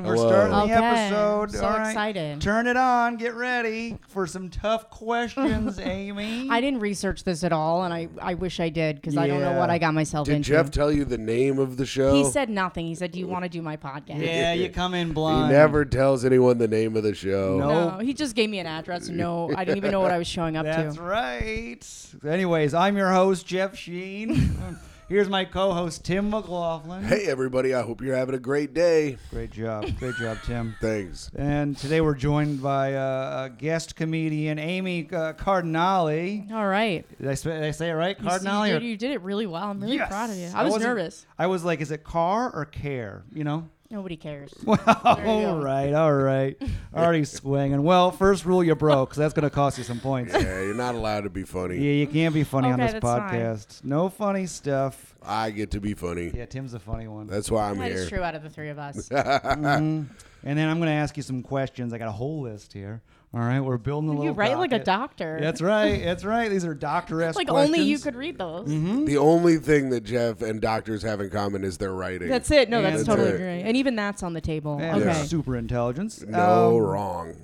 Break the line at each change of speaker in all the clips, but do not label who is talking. Start
Oh.
the
Okay.
episode.
So
All right.
excited.
Turn it on. Get ready for some tough questions, Amy.
I didn't research this at all, and I, I wish I did because I don't know
Yeah.
what I got myself
Did
into.
Jeff tell you the name of the show?
he said nothing. He said, "Do you want to do my podcast?"
yeah, you come in
he
blind.
never tells anyone the name of the show.
No.
No, he just gave me an address. No, I didn't even know what I was showing up
That's
to.
right. Anyways, I'm your host, Jeff Sheen. Here's my co host, Tim McLaughlin.
Hey everybody, I hope you're having a great day.
Great job. Great job, Tim.
Thanks.
And today we're joined by uh, a guest comedian, Amy uh, Cardinale.
All right,
Did I, sp- did I say it right?
You see,
Cardinale?
you
or-
did, you did it really well. I'm really
Yes!
proud of you. I was
wasn't-
nervous.
I was like, is it car or care? You know?
Nobody cares.
all right, all right. Already swinging. Well, first rule you broke, because that's going to cost you some points.
Yeah, you're not allowed to be funny.
Yeah, you can't be funny on
Okay,
this
that's fine.
podcast. No funny stuff.
I get to be funny.
Yeah, Tim's a funny one.
That's why I'm
That
here.
is true. Out of the three of us,
And then I'm going to ask you some questions. I got a whole list here. All right, we're building a
you
little.
write like a
docket.
doctor.
That's right. That's right. These are doctor-esque
like
questions. Mm-hmm.
only you could read those.
The only thing that Jeff and doctors have in common is their writing.
That's it. No, that's
That's
totally
it.
great. And even that's on the table.
Man,
okay.
there's Super intelligence.
no
Um,
wrong.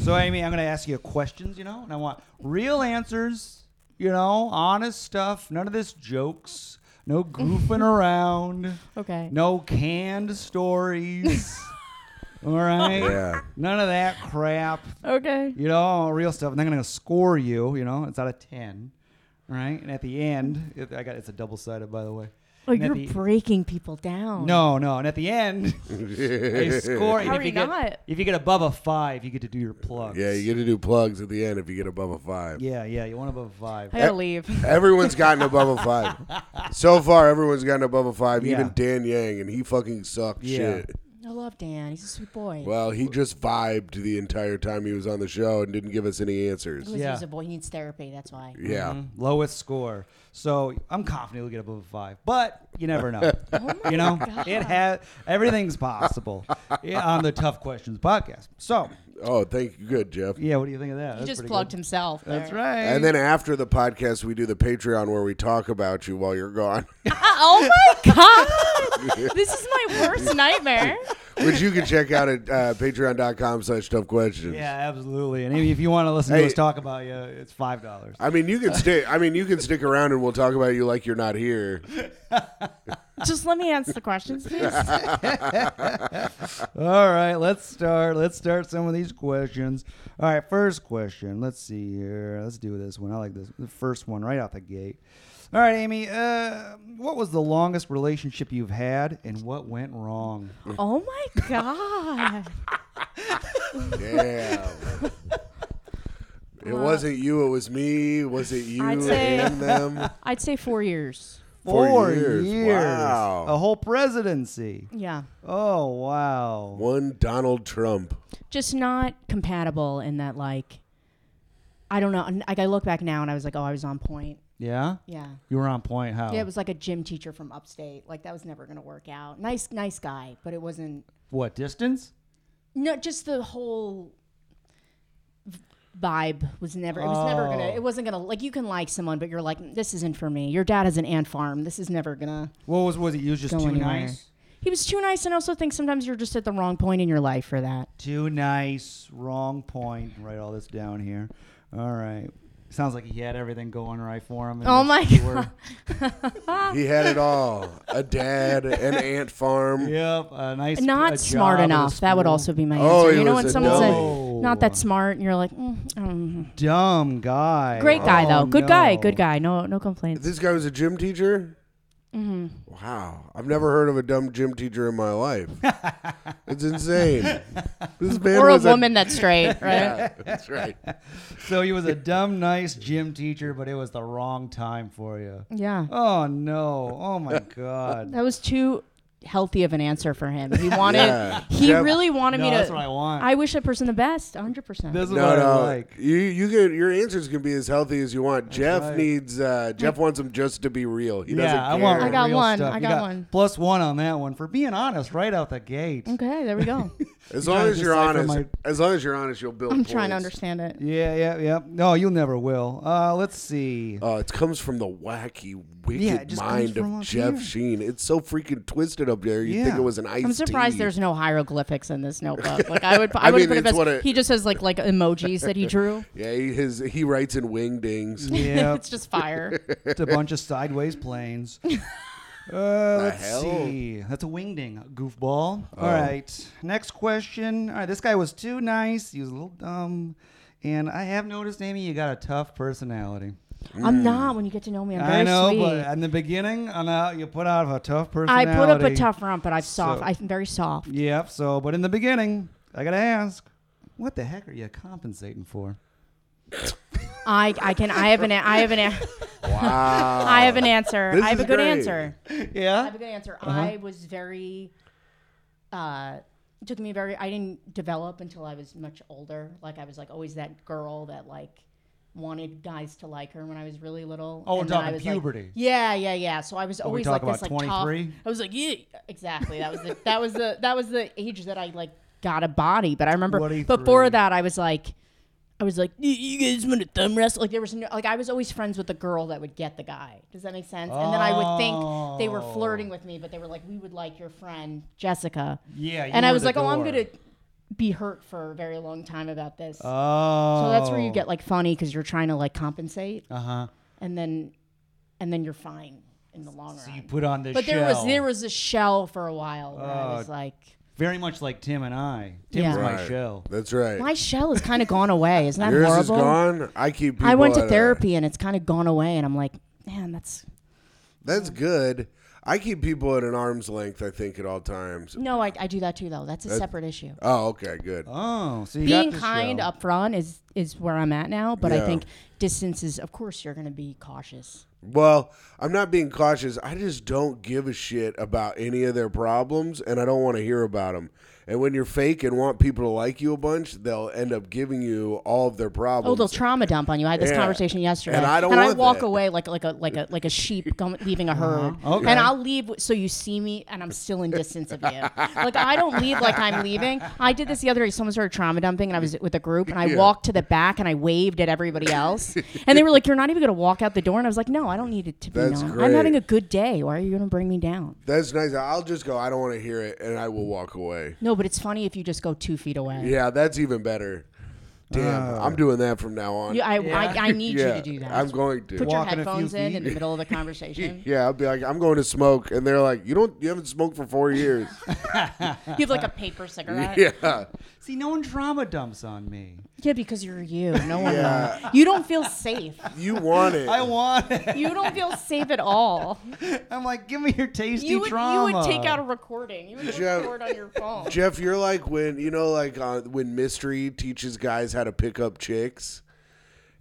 So Amy, I'm going to ask you questions. You know, and I want real answers. You know, honest stuff. None of this jokes. No goofing around.
Okay.
No canned stories. All right.
Yeah.
None of that crap.
Okay.
you know, real stuff. And they're gonna score you. You know, it's out of ten, right? And at the end, it, I got it's a double sided, by the way.
Oh,
And at
you're
the-
breaking people down.
no, no. And at the end, they score. and
How
if
are
you
you
get,
not?
If you get above a five, you get to do your plugs.
Yeah, you get to do plugs at the end if you get above a five.
yeah, yeah. You want above five.
I gotta leave.
Everyone's gotten above a five. So far, everyone's gotten above a five. Even
Yeah.
Dan Yang, and he fucking sucked
Yeah.
shit.
I love Dan. He's a sweet boy.
Well, he just vibed the entire time he was on the show and didn't give us any answers.
He's-
yeah.
He's a boy. He needs therapy. That's why.
Yeah.
Mm-hmm. Lowest score. So I'm confident we'll get above a five, but you never know.
Oh
you know, it has everything's possible yeah, on the Tough Questions podcast. So
Oh, thank you. Good, Jeff.
yeah, what do you think of that?
He just plugged himself.
That's
there.
right.
And then after the podcast, we do the Patreon where we talk about you while you're gone,
oh my god! this is my worst nightmare.
which you can check out at uh, patreon.com slash tough questions.
Yeah, absolutely. And if you want to listen
Hey.
to us talk about you, it's five dollars.
I mean, you can stay. I mean, you can stick around, and we'll talk about you like you're not here.
Just let me answer the questions, please.
All right, let's start. Let's start some of these questions. All right, first question. Let's see here. Let's do this one. I like this. The first one right out the gate. All right, Amy. Uh, what was the longest relationship you've had, and what went wrong?
oh my god!
Damn. It wasn't you. It was me. Was it you
I'd say-
and them?
I'd say four years.
Four years. Wow.
A whole presidency.
Yeah,
Oh wow.
One Donald Trump.
just not compatible in that like. I don't know. and, Like I look back now and I was like, oh, I was on point.
Yeah.
Yeah.
You were on point. How?
Yeah, it was like a gym teacher from upstate. Like that was never gonna work out. Nice, nice guy, but it wasn't.
what distance?
No, just the whole v- vibe was never. It was never gonna.
Oh.
It wasn't gonna. Like you can like someone, but you're like, this isn't for me. Your dad has an ant farm. This is never gonna
What was was it? You was just
go
too
anywhere.
nice.
He was too nice, and I also think sometimes you're just at the wrong point in your life for that.
Too nice. Wrong point. Write all this down here. All right. Sounds like he had everything going right for him. and
Oh my
he were-
He had it all: a dad, an ant farm.
Yep. A nice. a
Not smart
job at a
enough. That would
school.
also be my answer.
Oh, he
you know
was
when
a
someone's
dummy.
like, not that smart, and you're like, mm, I don't know.
dumb guy.
great guy
Oh,
though, good guy, good
no.
guy. No, no complaints.
This guy was a gym teacher.
Mm-hmm.
Wow, I've never heard of a dumb gym teacher in my life. it's insane. This man
Or a
was
woman that's straight, right?
Yeah, that's right.
So he was a dumb, nice gym teacher, but it was the wrong time for you.
Yeah.
Oh no. Oh my god.
That was too healthy of an answer for him. He wanted,
Yeah.
he
Jeff-
really wanted
No,
me to.
that's what I want.
I wish that person the best, 100%.
This is
No,
what I
no,
like.
you you can your answers can be as healthy as you want. Jeff
right.
needs uh, Jeff wants him just to be real. He doesn't
Yeah,
care.
I want.
I got
real
one.
stuff.
I
You
got one.
Plus one on that one for being honest right out the gate.
okay, there we go.
As
You
long
gotta
as you're
decipher
honest,
my-
as long as you're honest, you'll build.
I'm trying to
points.
understand it.
Oh.
Yeah, yeah, yeah. No, you never will. Uh, let's see.
Uh, it comes from the wacky wicked
Yeah, it just comes
mind
from
of
up
Jeff
here.
Sheen. It's so freaking twisted up there. You would think
Yeah.
it was an ice
I'm surprised
tea.
there's no hieroglyphics in this notebook. Like I would, I,
I
would
mean,
put it
it's
best.
what it-
he just has like like emojis that he drew.
Yeah, he, his he writes in wingdings.
Yeah,
it's just fire.
it's a bunch of sideways planes. Uh, let's
hell?
see. That's a wingding, goofball. All right. Next question. All right. This guy was too nice. He was a little dumb. And I have noticed, Amy, you got a tough personality.
I'm not. When you get to know me, I'm very
I know,
sweet.
but in the beginning, on out, you put out a tough
I
personality.
put up a tough front, but I'm soft.
So-
I'm very soft.
Yep. So, but in the beginning, I gotta ask, what the heck are you compensating for?
I, I can. I have an. a- I have an. a-
Wow.
I have an answer.
This
I have
is
a good
great.
answer. I
Yeah.
have a good answer.
Uh-huh.
I was very. Uh, it took me very. I didn't develop until I was much older. Like I was like always that girl that like wanted guys to like her when I was really little.
Oh, we're
And then I
talking
was, like-
puberty.
yeah, yeah, yeah. So I was
we
always like
talking
this like
about,
tough.
23?
I was like yeah, exactly. That was the that was the that was the age that I like got a body. But I remember
23.
before that I was like. I was like, "You- you guys want to thumb wrestle? Like there was no, like I was always friends with the girl that would get the guy. Does that make sense? And then I would think they were
Oh.
flirting with me, but they were like, we would like your friend Jessica.
Yeah. you
and I
were
was
the
like, oh, I'm
door.
gonna be hurt for a very long time about this.
Oh.
so that's where you get like funny because you're trying to like compensate,
Uh huh.
and then and then you're fine in the long run.
You put on this.
but there was
shell.
there was a shell for a while where I was
Oh.
like,
very much like Tim and I. Tim's
Yeah.
my
Right.
shell.
That's right.
my shell has kind of gone away. Isn't that
Yours
horrible?
is gone. I keep.
I
people
went
uh,
to
at a-
therapy and it's kind of gone away, and I'm like, man, that's
that's good. I keep people at an arm's length. I think at all times.
no, I, I do that too though. That's a separate issue.
Oh, okay, good.
Oh, so you
Being
got the
kind
shell.
up front is is where I'm at now, but
Yeah.
I think distance is, of course, you're gonna be cautious.
Well, I'm not being cautious. I just don't give a shit about any of their problems, and I don't want to hear about them. And when you're fake and want people to like you a bunch, they'll end up giving you all of their problems.
Oh, they'll trauma dump on you. I had this
Yeah.
conversation yesterday,
And I don't want
walk
that. Uh-huh.
away like like a like a like a sheep going, leaving a herd.
Okay.
And I'll leave so you see me, and I'm still in distance of you. like I don't leave like I'm leaving. I did this the other day. Someone started trauma dumping, and I was with a group, and I walked to the back and I waved at everybody else, and they were like, "You're not even gonna walk out the door," and I was like, "No, I don't need it to be
That's
known.
great.
I'm having a good day. Why are you gonna bring me down?"
That's nice. I'll just go. I don't want to hear it, and I will walk away.
No, but it's funny if you just go two feet away.
Yeah, that's even better. Damn,
Ah.
I'm doing that from now on.
You- I,
Yeah.
I, I need
Yeah,
you to do that.
I'm going to.
Put your
Walking a few
headphones in in the
feet.
middle of the conversation.
yeah, I'll be like, I'm going to smoke, and they're like, you don't, you haven't smoked for four years.
You have like a paper cigarette.
yeah,
See, no one trauma dumps on me.
Yeah, because you're you. No one.
Yeah.
will. You don't feel safe.
you want it.
I want it.
You don't feel safe at all.
I'm like, give me your tasty
You would, you
trauma. Oh,
would take out a recording. You would
Jeff-
record on your phone.
Jeff, you're like when you know, like uh, when Mystery teaches guys how to pick up chicks,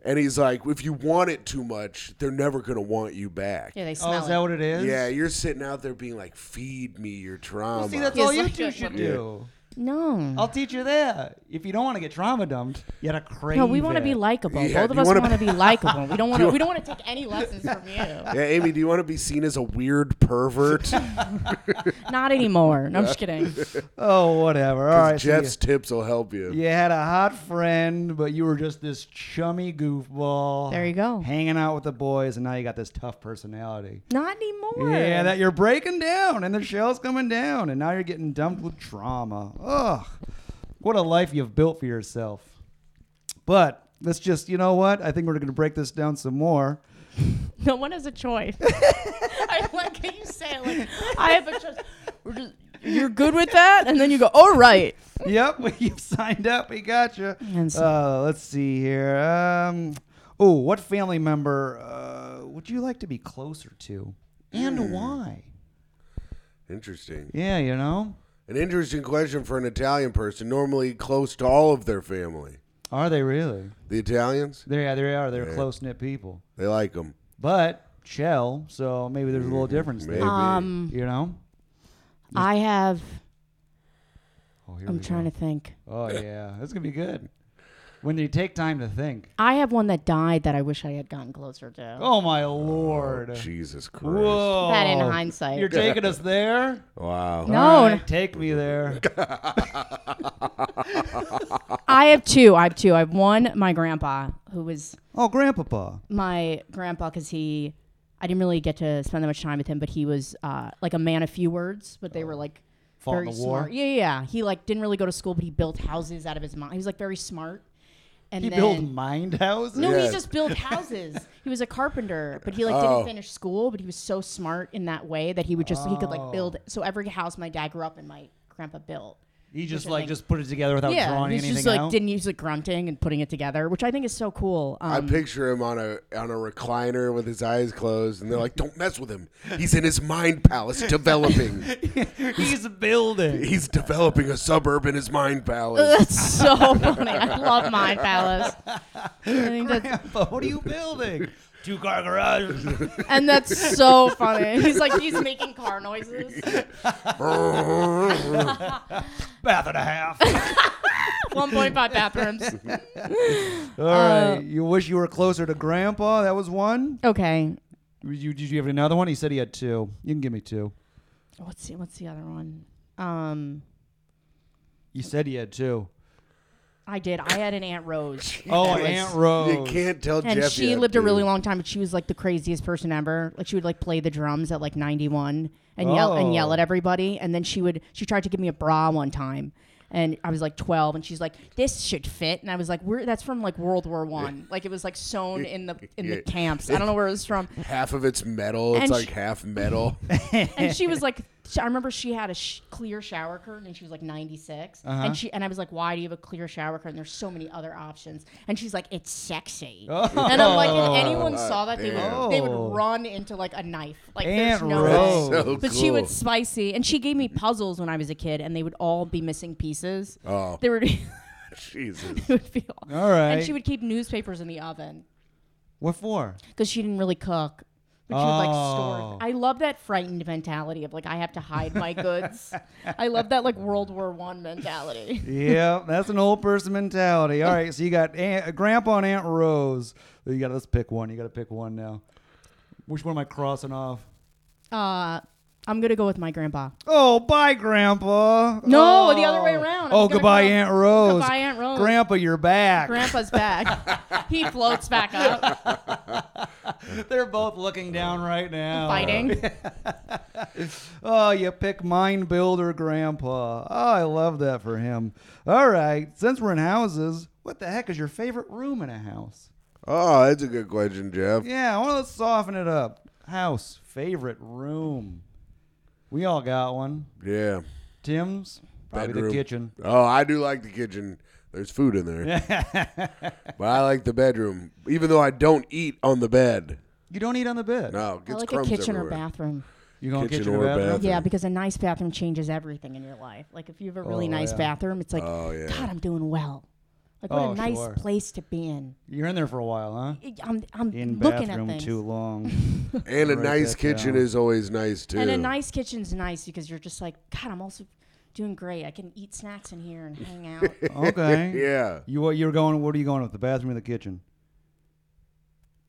and he's like, if you want it too much, they're never gonna want you back.
Yeah,
Yeah,
they
Oh,
smell
is that
it.
what it is?
you're sitting out there being like, feed me your trauma.
See, that's
Yeah,
all
so
you
do
two
it
should
with me.
do.
No.
I'll teach you that. If you don't want to get trauma dumped, you gotta crave.
No, we want
want
to be likable.
Yeah,
Both
do
of
you
us
wanna
want to be likable. We don't want to. We don't want to take any lessons from you.
yeah, Amy, do you want to be seen as a weird pervert?
Not anymore. No, I'm just kidding.
Oh, whatever. All right. so you-
Jeff's tips will help you.
You had a hot friend, but you were just this chummy goofball.
There you go.
Hanging out with the boys, and now you got this tough personality.
Not anymore.
Yeah, that you're breaking down, and the shell's coming down, and now you're getting dumped with trauma. Ugh. What a life you've built for yourself. But let's just, you know what? I think we're going to break this down some more.
No one has a choice. I like how you say it. Like I have a choice. We're just. You're good with that, and then you go, all right.
yep, you've signed up. We got you.
And so-
Uh, let's see here. Um, oh, what family member uh, would you like to be closer to, and
Hmm.
why?
Interesting.
Yeah, you know,
An interesting question for an Italian person, normally close to all of their family.
are they really?
The Italians,
They yeah, they are. They're close knit people,
they like them.
but shell. So maybe there's a little difference
Maybe.
there.
Um,
You know.
I have.
Oh, here
I'm trying to think.
Oh yeah, that's gonna be good. When you take time to think.
I have one that died that I wish I had gotten closer to.
Oh my lord.
Jesus Christ.
Whoa.
That in hindsight.
You're taking us there.
Wow.
No.
All right, take me there.
I have two. I have two. I have one, my grandpa, who was
Oh, grandpapa.
my grandpa because he, I I didn't really get to spend that much time with him, but he was uh, like a man of few words, but they were like
Oh. Fought in
very
the war?
smart. Yeah, yeah. yeah. He like didn't really go to school, but he built houses out of his mind. He was like very smart. And
He
then,
built mind houses.
No,
Yeah.
he just built houses. he was a carpenter, but he like
Oh.
didn't finish school. But he was so smart in that way that he would just he could like
Oh.
build. So every house my dad grew up in, my grandpa built.
He just
I
like
think-
just put it together without
Yeah,
drawing
he's
anything
just like
out.
didn't use like grunting and putting it together, which I think is so cool. Um,
I picture him on a on a recliner with his eyes closed, and they're like, "Don't mess with him. He's in his mind palace developing.
he's building.
He's developing a suburb in his mind palace."
That's so funny. I love Mind Palace. I think that's,
Grandpa, what are you building? Two car garage.
and that's so funny. He's like, he's making car noises.
Oh, bath and a half.
1.5 bathrooms.
All right. You wish you were closer to Grandpa. That was one.
Okay.
You, did you have another one? He said he had two. You can give me two.
What's the, what's the other one? Um,
You said he had two.
I did. I had an Aunt Rose.
Oh,
That was-
Aunt Rose.
You can't tell
And
Jeff.
she
yet,
lived a
dude.
really long time, but she was like the craziest person ever. Like she would like play the drums at like 91 and yell and
Oh.
yell at everybody. And then she would she tried to give me a bra one time, and I was like 12, and she's like, "This should fit," and I was like, "We're that's from like World War One. Like it was like sewn in the in the
Yeah.
camps. I don't know where it was from."
Half of it's metal. It's
And
like
she-
half metal.
and she was like, sh- I remember she had a sh- clear shower curtain, and she was like 96,
Uh-huh.
and she and I was like, why do you have a clear shower curtain? There's so many other options, and she's like, it's sexy, and I'm like, if
Oh,
anyone saw that, they
Damn.
would they
Oh.
would run into like a knife, like
Aunt
there's no
Rose.
way.
so
But
cool.
she would spicy, and she gave me puzzles when I was a kid, and they would all be missing pieces.
Oh.
They were, it
Jesus.
would be all.
All right.
And she would keep newspapers in the oven
What for?
because she didn't really cook. But she would like
Oh.
store. I love that frightened mentality of like I have to hide my goods. I love that like World War One mentality.
yeah, that's an old person mentality. All right, so you got Aunt, uh, Grandpa and Aunt Rose. You got to let's pick one. You got to pick one now. Which one am I crossing off?
Uh, I'm gonna go with my grandpa.
Oh, bye, Grandpa.
No, the
Oh.
other way around. I
Oh,
was gonna
goodbye,
go-
Aunt Rose.
Goodbye, Aunt Rose.
Grandpa, you're back.
Grandpa's back. he floats back up,
They're both looking down right now.
fighting.
Oh, you pick mine builder grandpa. Oh, I love that for him. All right, since we're in houses, what the heck is your favorite room in a house?
Oh, that's a good question, Jeff.
Yeah, well, let's soften it up. House favorite room. We all got one.
Yeah.
Tim's probably
Bedroom.
the kitchen.
Oh, I do like the kitchen. There's food in there. but I like the bedroom, even though I don't eat on the bed.
You don't eat on the bed.
No, it
I
gets
like a
crumbs
kitchen or
everywhere.
bathroom.
You going
Kitchen
kitchen, or
or
bathroom?
bath.
Yeah, because a nice bathroom changes everything in your life. Like if you have a really
Oh,
nice
yeah.
bathroom, it's like,
Oh, yeah.
God, I'm doing well. Like what
Oh,
a nice
sure.
place to be in.
You're in there for a while, huh?
I- I'm, I'm
In
looking at
bathroom
things.
too long.
And a
Write
nice
that
kitchen
down.
is always nice too.
And a nice kitchen's nice because you're just like, God, I'm also doing great. I can eat snacks in here and hang out.
okay.
yeah.
You what you're going? What are you going with? The bathroom or the kitchen?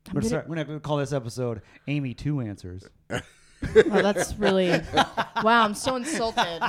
I'm
We're,
gonna-
start, we're not going to call this episode "Amy Two Answers."
Wow, Oh, that's really wow. I'm so insulted.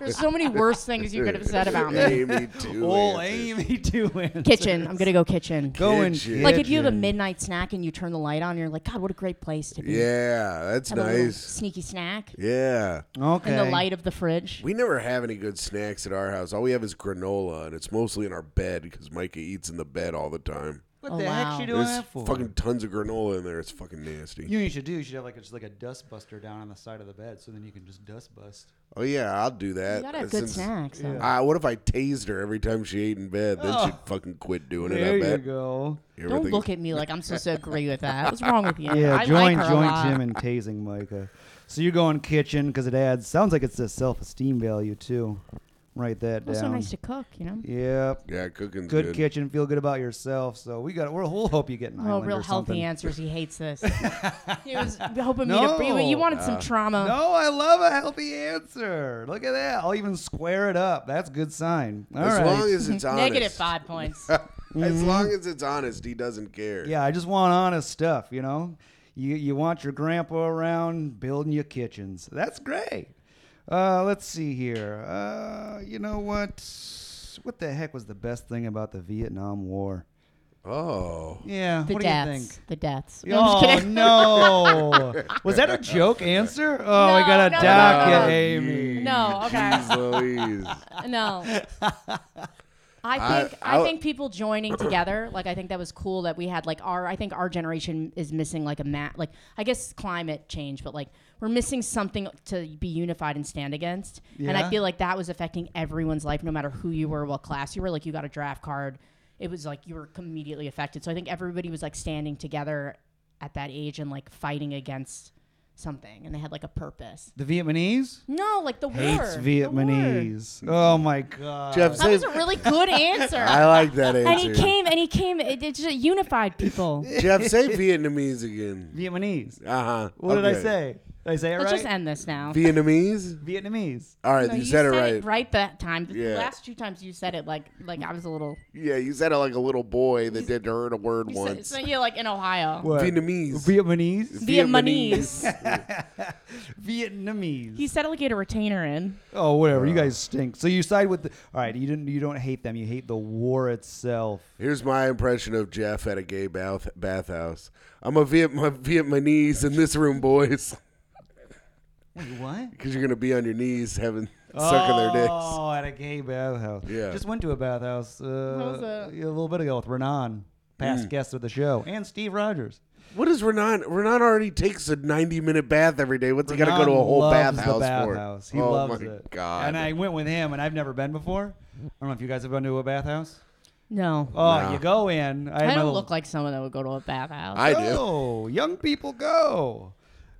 There's so many worse things you could have said about me.
Amy too.
Oh,
Anthony.
Amy Two Answers.
Kitchen. I'm gonna go kitchen.
Go in
Kitchen.
Like if you have a
kitchen.
midnight snack and you turn the light on, you're like, God, what a great place to be.
Yeah, that's
Have a little
nice.
sneaky snack
Yeah.
Okay.
in the light of the fridge.
We never have any good snacks at our house. All we have is granola, and it's mostly in our bed because Micah eats in the bed all the time.
What
Oh,
the heck
wow.
you doing
There's
that for?
fucking tons of granola in there. It's fucking nasty.
you know what you should do. You should have like a, just like a dust buster down on the side of the bed, so then you can just dust bust.
oh yeah, I'll do that.
You gotta have good
Since-
snacks. though.
Ah, what if I tased her every time she ate in bed? Then she'd fucking quit doing
Oh. There
it. I
you
bet.
go.
Don't look at me like I'm supposed to agree with that. What's wrong with you?
Yeah,
I
join
like her a
join
lot.
Tim in tasing Micah. So you're going kitchen because it adds. Sounds like it's a self-esteem value too. Write that down.
Also nice to cook, you know.
Yep.
Yeah, cooking's
Good,
good.
kitchen. Feel good about yourself. So we got. We'll, we'll hope you get an
Oh,
island
real
or
healthy
something.
answers. He hates this. he was hoping me to.
No.
You, you wanted some trauma.
No, I love a healthy answer. Look at that. I'll even square it up. That's a good sign. All right. Mm-hmm.
As long as it's honest.
Negative five points.
As long as it's honest, he doesn't care.
yeah, I just want honest stuff, you know? You, you want your grandpa around building your kitchens. That's great. Uh, let's see here. Uh, you know what? What the heck was the best thing about the Vietnam War?
Oh.
Yeah.
The
what
deaths.
do you think?
The deaths. No, I'm just
Oh
kidding.
no! Was that a joke answer? Oh, I
No,
gotta
no, no,
dock
no,
you,
no.
Amy.
No, okay.
Jeez Ah, Louise.
No. I
I-
think I,
I-
think people joining together, like I think that was cool that we had like our I think our generation is missing like a mat like I guess climate change, but like we're missing something to be unified and stand against. And
Yeah.
I feel like that was affecting everyone's life, no matter who you were, what class you were, like you got a draft card. It was like you were immediately affected. So I think everybody was like standing together at that age and like fighting against something and they had like a purpose.
The Vietnamese
No, like the
hates
war. the war.
Vietnamese. Oh my god!
Jeff,
That
say,
was a really good answer.
I like that
And he
answer.
came, and he came. It, it just unified people.
Jeff, say Vietnamese again.
Vietnamese.
Uh huh.
What did I say? Did I say it
Let's
right?
just end this now.
Vietnamese?
Vietnamese.
All right,
No,
you, said, it right.
it right that time. The
Yeah.
last two times you said it like like I was a little.
Yeah, you said it like a little boy that didn't heard a word
You said,
once.
so yeah, like in Ohio.
What?
Vietnamese.
Vietnamese.
Vietnamese.
Vietnamese.
He said it like he had a retainer in.
oh, whatever. You guys stink. So you side with the. All right, you didn't. You don't hate them. You hate the war itself.
Here's my impression of Jeff at a gay bath bathhouse. I'm a Viet- my Vietnamese in this room, boys,
Wait, what?
because you're gonna be on your knees having sucking their dicks.
Oh, at a gay bathhouse.
Yeah.
Just went to a bathhouse uh,
was that?
a little bit ago with Renan,
Mm.
past guest of the show, and Steve Rogers.
What is Renan? Renan already takes a 90 minute bath every day. What's he got to go to a
Renan
whole
loves
bathhouse,
the
for?
bathhouse. He
oh
loves
my
it.
god!
And I went with him, and I've never been before. I don't know if you guys have been to a bathhouse.
No,
Oh,
No.
you go in. I, had my
I don't
little-
look like someone that would go to a bathhouse.
I do.
Oh, young people go.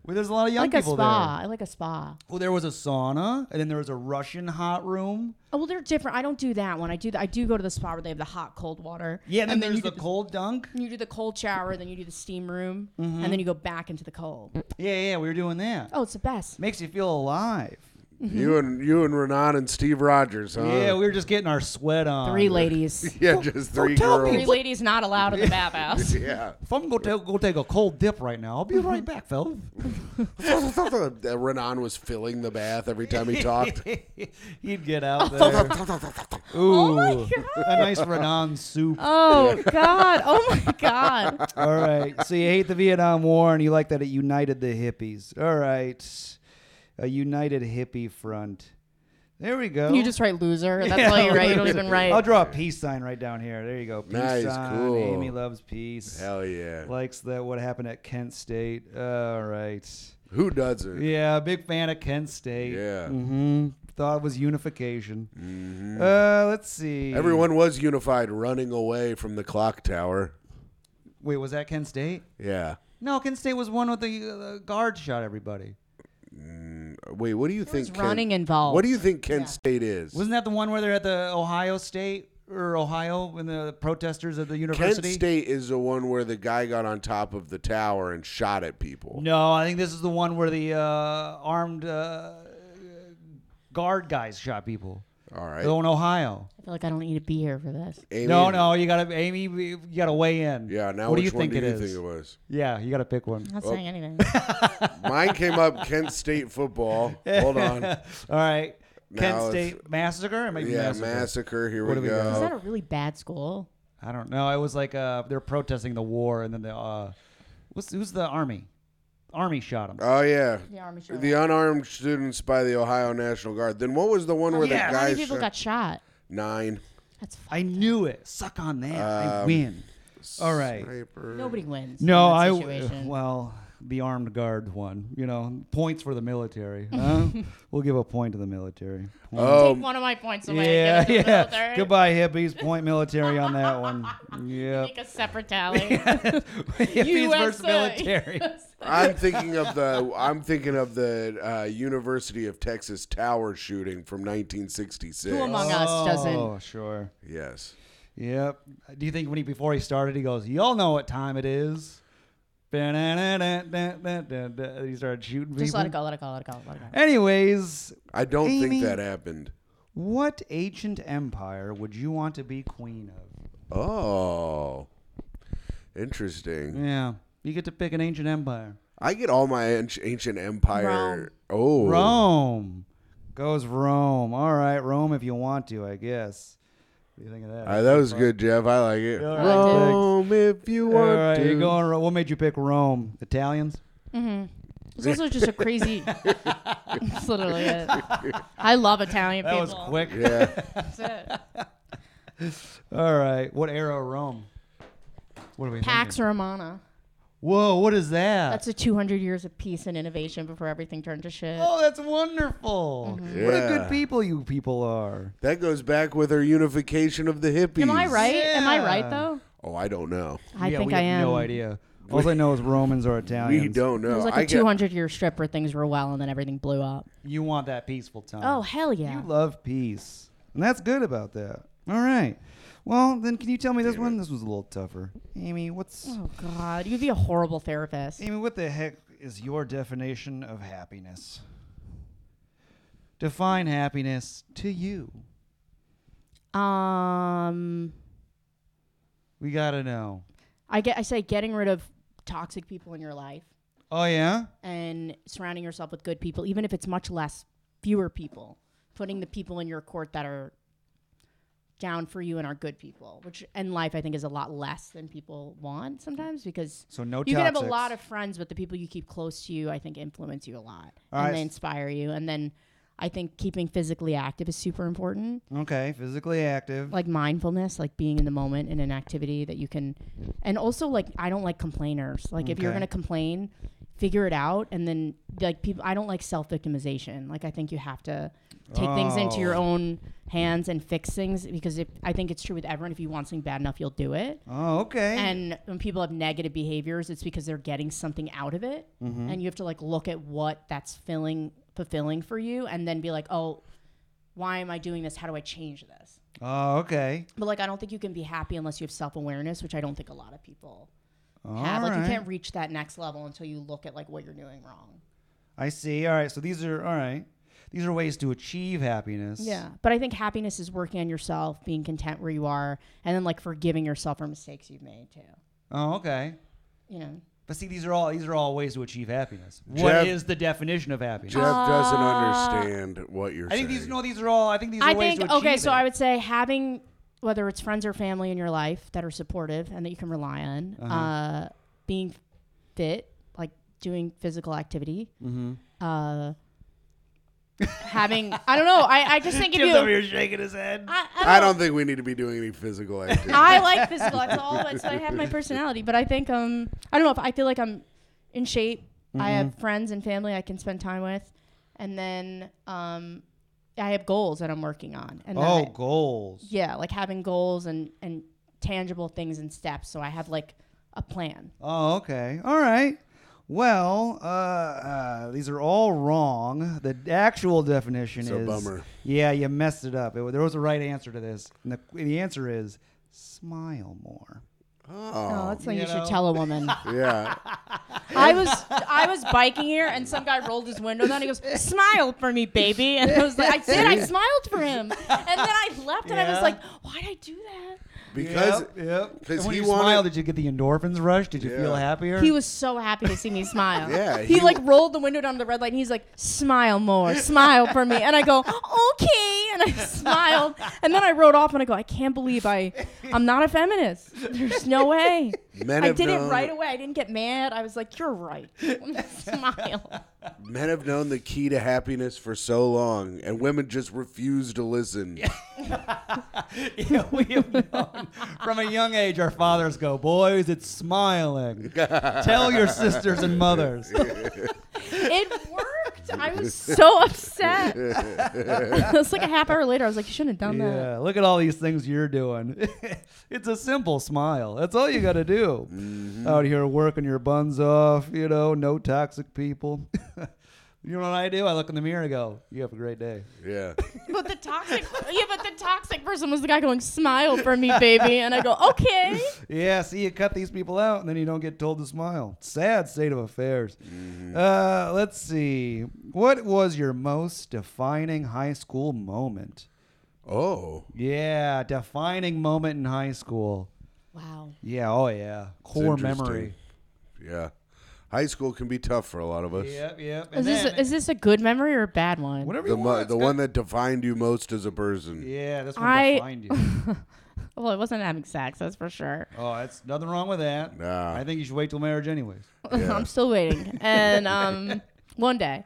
Well, there's a lot of young
like a
people
spa.
there.
I like a spa.
Well, there was a sauna, and then there was a Russian hot room.
Oh well, they're different. I don't do that one. I do. The, I do go to the spa where they have the hot cold water.
Yeah, and then there's
you do
the cold dunk.
You do the cold shower, then you do the steam room, and then you go back into the cold.
Yeah, yeah, we were doing that.
Oh, it's the best.
Makes you feel alive.
You and you and Renan and Steve Rogers, huh?
Yeah, we were just getting our sweat on.
Three ladies.
yeah, just three
tell me
girls.
Three ladies not allowed in the bathhouse.
Yeah.
If I'm going to go take a cold dip right now, I'll be right back, fellas.
Uh, Renan was filling the bath every time he talked.
He'd get out there. Ooh,
Oh my God.
a nice Renan soup.
Oh God. Oh my God.
All right. So you hate the Vietnam War and you like that it united the hippies. All right. A united hippie front. There we go.
You just write loser. That's all you write. You don't even
I'll
write.
draw a peace sign right down here. There you go. Peace
Nice,
sign.
cool.
Amy loves peace.
Hell yeah.
Likes that what happened at Kent State. All right.
Who doesn't?
Yeah, big fan of Kent State.
Yeah.
hmm Thought it was unification. Uh, let's see.
Mm-hmm. Everyone was unified running away from the clock tower.
Wait, was that Kent State?
Yeah.
No, Kent State was one with the uh, guard shot everybody.
Wait, what do you
was
think?
running
Kent,
involved.
What do you think Kent State is?
Wasn't that the one where they're at the Ohio State or Ohio when the protesters at the
Kent
university?
State is the one where the guy got on top of the tower and shot at people.
No, I think this is the one where the uh, armed uh, guard guys shot people.
All right.
They're in Ohio.
I feel like I don't need to be here for this.
Amy-
No, no, you gotta, Amy, you gotta weigh in.
Yeah, now
what
which
do you
one
think
do
it
you
is?
think it was?
Yeah, you gotta pick one.
I'm not saying anything.
Mine came up Kent State football. Hold on.
All right, Kent
it's-
State massacre. It might be
Yeah,
massacre.
massacre. Here
What do
we
we got?
Is
go.
that a really bad school?
I don't know. It was like uh, they're protesting the war, and then the uh, what's who's the army? Army shot him.
Oh yeah.
The army shot.
The unarmed students by the Ohio National Guard. Then what was the one where
Yes.
the
Oh, How
guy
many people
shot-
got shot?
nine?
That's f-
I knew it. Suck on that. I
Um,
win. All right.
Sniper.
nobody wins.
No,
in that
I
situation.
well the armed guard won. You know, points for the military. Huh? we'll give a point to the military. Point.
Oh,
Take one of my points away.
um, yeah,
give it to the
yeah.
military.
Goodbye hippies. Point military on that one. Yeah.
Make a separate tally.
hippies versus
USA.
military.
I'm thinking of the I'm thinking of the uh, University of Texas tower shooting from 1966.
Who among us
Oh,
doesn't?
sure.
Yes.
Yep. Do you think when he before he started, he goes, "Y'all know what time it is." Ba-na-na-na-na-na-na-na. He started shooting
Just
people.
let it go. Let it go. Let it go. Let it go.
Anyways,
I don't
Amy.
think that happened.
what ancient empire would you want to be queen of?
Oh. Interesting.
Yeah, you get to pick an ancient empire.
I get all my anci- ancient empire. Oh.
Rome goes Rome. All right, Rome if you want to, I guess. What do you think of that?
All right, Uh, that was good, Jeff. I like it.
All
right, thanks.
Rome, if you
All
want
right,
to.
you're going. Ro- What made you pick Rome? Italians?
It's also just a crazy. That's literally it. I love Italian
That
people.
was quick.
yeah.
That's it.
All right. What era of Rome? What are we
Pax
thinking?
Romana.
Whoa, what is that?
That's a 200 years of peace and innovation before everything turned to shit.
oh, that's wonderful.
Mm-hmm.
What a
Yeah.
good people you people are.
That goes back with her unification of the hippies.
Am I right? Am I
Yeah.
right though?
Oh, I don't know.
I
yeah,
think
we
I
have
am.
No idea. All I know is Romans or Italians.
We don't know.
It was like
I
a
get-
200 year strip where things were well and then everything blew up.
You want that peaceful time.
Oh hell yeah!
You love peace. And that's good about that. All right. Well, then can you tell me this one? This was a little tougher. Amy, what's
oh god, you'd be a horrible therapist.
Amy, what the heck is your definition of happiness? Define happiness to you.
Um,
We got to know.
I get I say getting rid of toxic people in your life
Oh yeah?
and surrounding yourself with good people, even if it's much less, fewer people. Putting the people in your court that are down for you and are good people, which in life I think is a lot less than people want sometimes because
So no
you can have a
toxics.
lot of friends, but the people you keep close to you, I think, influence you a lot
All
and
right.
they inspire you. And then I think keeping physically active is super important,
Okay, physically active.
like mindfulness, like being in the moment in an activity that you can, and also like I don't like complainers. Like if you're
Okay.
gonna complain, figure it out, and then like people, I don't like self victimization. Like I think you have to take things into your
Oh.
own hands and fix things because if I think it's true with everyone, if you want something bad enough, you'll do it.
oh, okay.
And when people have negative behaviors, it's because they're getting something out of it.
Mm-hmm.
And you have to like look at what that's filling fulfilling for you and then be like, "Oh, why am I doing this? How do I change this?"
oh, okay.
But like I don't think you can be happy unless you have self-awareness, which I don't think a lot of people
All
have. Like
right.
you can't reach that next level until you look at like what you're doing wrong.
I see. All right. So these are all right. These are ways to achieve happiness.
Yeah. But I think happiness is working on yourself, being content where you are, and then like forgiving yourself for mistakes you've made too.
Oh, okay.
You know.
But see, these are all these are all ways to achieve happiness.
Jeff-
what is the definition of happiness?
Jeff doesn't
Ah.
understand what you're
I
saying.
think these no, these are all. I think these are
I
ways
think
to achieve
okay, so
it.
I would say having whether it's friends or family in your life that are supportive and that you can rely on,
Uh-huh.
uh being fit, like doing physical activity,
Mm-hmm.
uh, having I don't know, I, I just think if
Jim's over
you,
here shaking his head.
I,
I
I don't.
don't think we need to be doing any physical activity.
I like physical. That's all. That's I have my personality, but I think um I don't know if I feel like I'm in shape. I
Mm-hmm.
have friends and family I can spend time with, and then um I have goals that I'm working on. And then
oh,
I-
goals.
yeah like having goals and and tangible things and steps so i have like a plan
Oh, okay. All right. Well, uh, uh, these are all wrong. The actual definition
It's a
is
bummer.
Yeah, you messed it up. It, there was a right answer to this, and the, the answer is smile more.
oh
Oh,
that's something
You
you,
know?
should tell a woman
yeah.
i was i was biking here and some guy rolled his window down he goes smile for me baby and i was like i did i smiled for him and then i left and i
Yeah.
was like why'd i do that
Because
yep, yep.
'cause
And when
he
you
wanted-
smiled, did you get the endorphins rush? Did you feel
Yeah.
happier?
he was so happy to see me smile
Yeah,
he,
he-
like rolled the window down to the red light and he's like smile more smile for me and i go okay and i smiled and then i rode off and i go i can't believe i i'm not a feminist there's no way
men
I
have
did it
known-
right away. I didn't get mad. I was like, "You're right." Smile.
Men have known the key to happiness for so long, and women just refuse to listen.
Yeah, we have known from a young age our fathers go, boys, it's smiling. Tell your sisters and mothers.
It worked. I was so upset. it was like a half hour later. I was like, "You shouldn't have done that."
yeah, look at all these things you're doing. it's a simple smile. That's all you got to do. Out here working your buns off, you know, no toxic people. you know what I do? I look in the mirror and go, you have a great day.
Yeah.
But the toxic, yeah, but the toxic person was the guy going, "Smile for me, baby," and I go, "Okay."
Yeah, see, you cut these people out, and then you don't get told to smile. Sad state of affairs. Uh, let's see. What was your most defining high school moment?
Oh.
Yeah, defining moment in high school.
Wow.
Yeah, oh yeah, core
interesting.
memory.
Yeah. High school can be tough for a lot of us.
Yep, yep.
Is
And
this,
then-
a, is this a good memory or a bad one?
whatever
The,
you
mo-
want,
the
it's
one
got-
that defined you most as a person.
Yeah, that's one
I-
I, defined you.
Well, it wasn't having sex, that's for sure.
Oh, that's nothing wrong with that.
Nah.
I think you should wait till marriage, anyways.
I'm still waiting. And um, one day,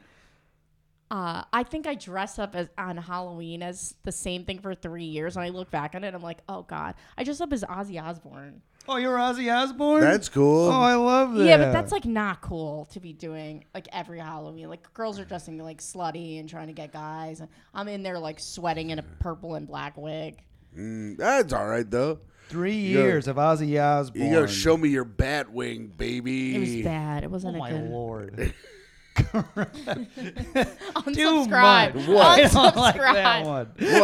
uh, I think I dress up as on Halloween as the same thing for three years, and I look back on it, I'm like, oh god, I dress up as Ozzy Osbourne.
Oh, you're Ozzy Osbourne.
That's cool.
Oh, I love that.
Yeah, but that's like not cool to be doing like every Halloween. Like girls are dressing like slutty and trying to get guys, and I'm in there like sweating in a purple and black wig.
Mm, that's all right though.
three
gotta-
years of Ozzy Osbourne.
You gotta show me your bat wing, baby.
It was bad. It
Oh
wasn't
my
a good.
lord. Too
Unsubscribe.
much.
What?
I don't like
Unsubscribe.
that one.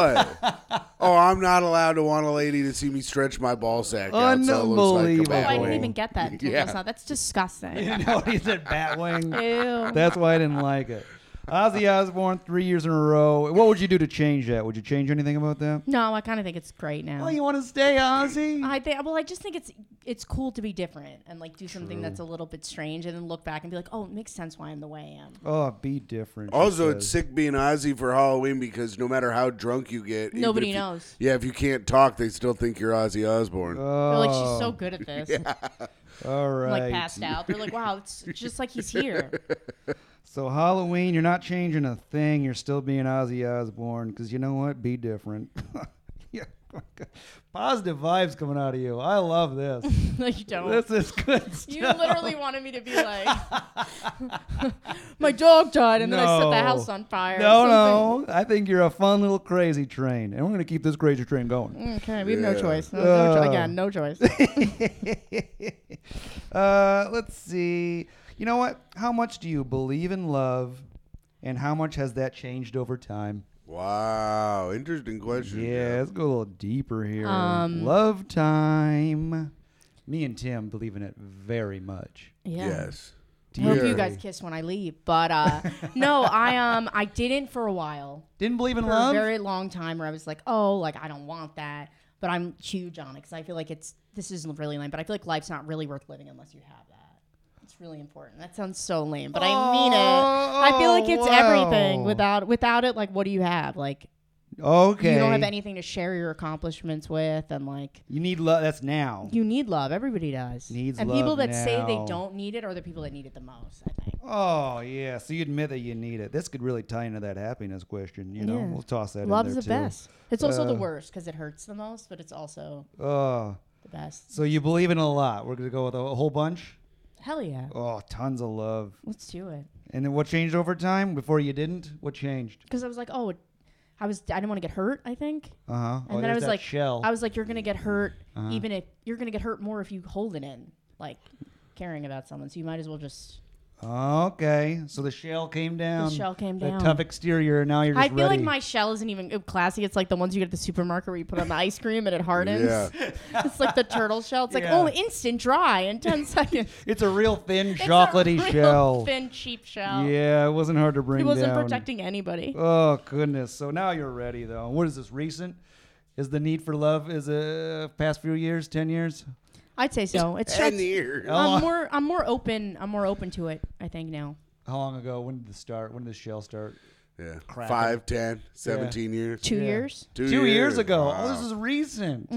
What? oh, I'm not allowed to want a lady to see me stretch my ball sack out. So it looks like a
Unbelievable.
Oh, I
bat
didn't
wing.
even get that until
Yeah.
just now. That's disgusting.
You know, he said Batwing.
Ew.
That's why I didn't like it. Ozzy Osbourne, three years in a row. What would you do to change that? Would you change anything about that?
No, I kind of think it's great now.
Oh, you want to stay Ozzy?
I think well, I just think it's it's cool to be different and like do something that's a little bit strange, and then look back and be like, oh, it makes sense why I'm the way I am.
oh, be different. she
Also,
says.
it's sick being Ozzy for Halloween because no matter how drunk you get, even
Nobody
if you-
knows.
yeah, if you can't talk, they still think you're Ozzy Osbourne.
They're
Oh,
like, she's so good at this.
all
I'm,
right.
Like passed out. They're like, wow, it's just like he's here.
So Halloween, you're not changing a thing. You're still being Ozzy Osbourne because you know what? Be different. yeah. Positive vibes coming out of you. I love this.
no, you don't.
this is good stuff.
you literally wanted me to be like, my dog died, and then I set the
No.
house on fire. or
no, no. I think you're a fun little crazy train, and we're gonna keep this crazy train going.
something. Okay, we have no
Yeah.
choice. No, no
Uh.
cho- again, no choice. Mm.
uh, let's see. You know what? How much do you believe in love, and how much has that changed over time?
Wow, interesting question.
Yeah, let's go a little deeper here.
Um,
Love time. Me and Tim believe in it very much.
Yeah.
Yes.
I hope you
Yeah.
guys kiss when I leave, but uh, no, I um, I didn't for a while.
Didn't believe in
for
love.
a very long time where I was like, oh, like I don't want that, but I'm huge on it because I feel like it's this isn't really lame, but I feel like life's not really worth living unless you have that. It's really important. That sounds so lame, but I mean it. I feel like it's
Oh, wow.
everything. Without without it, like what do you have? Like
okay.
you don't have anything to share your accomplishments with, and like
You need love. That's now.
you need love. Everybody does.
Needs
and people
love
that say they
now.
don't need it are the people that need it the most. I think.
Oh yeah, so you admit that you need it. This could really tie into that happiness question. You know,
Yeah.
we'll toss that.
Love's
in
the
there too.
best. It's also the
Uh,
worst because it hurts the most, but it's also
Oh,
the best.
so you believe in it a lot. We're gonna go with a, a whole bunch.
Hell yeah.
Oh, tons of love.
Let's do it.
And then what changed over time? Before you didn't, what changed?
because I was like, oh, it- I was I didn't want to get hurt. I think,
Uh huh.
and then I was like,
shell. Uh-huh.
I was like, you're gonna get hurt, even if you're gonna get hurt more if you hold it in, like caring about someone. So you might as well just.
okay, so the shell came down.
shell came
that
down.
tough exterior, and now you're just
I feel
ready.
like my shell isn't even oh, classy. It's like the ones you get at the supermarket where you put on the ice cream and it hardens. it's like the turtle shell. It's like
Yeah.
oh, instant dry in ten seconds.
it's a real thin,
It's a
chocolatey
real
shell.
thin cheap shell.
Yeah, it wasn't hard to bring
It wasn't
down.
protecting anybody.
Oh goodness! So now you're ready, though. What is this recent? Is the need for love is uh, past few years, ten years?
I'd say so. It's,
Ten
it's
years.
Oh.
I'm more I'm more open. I'm more open to it. I think now.
How long ago? When did the start? When did the shell start?
Yeah.
Crap.
Five, ten, seventeen years.
Two
Yeah.
years.
Two,
Two years ago.
Wow.
Oh, this is recent.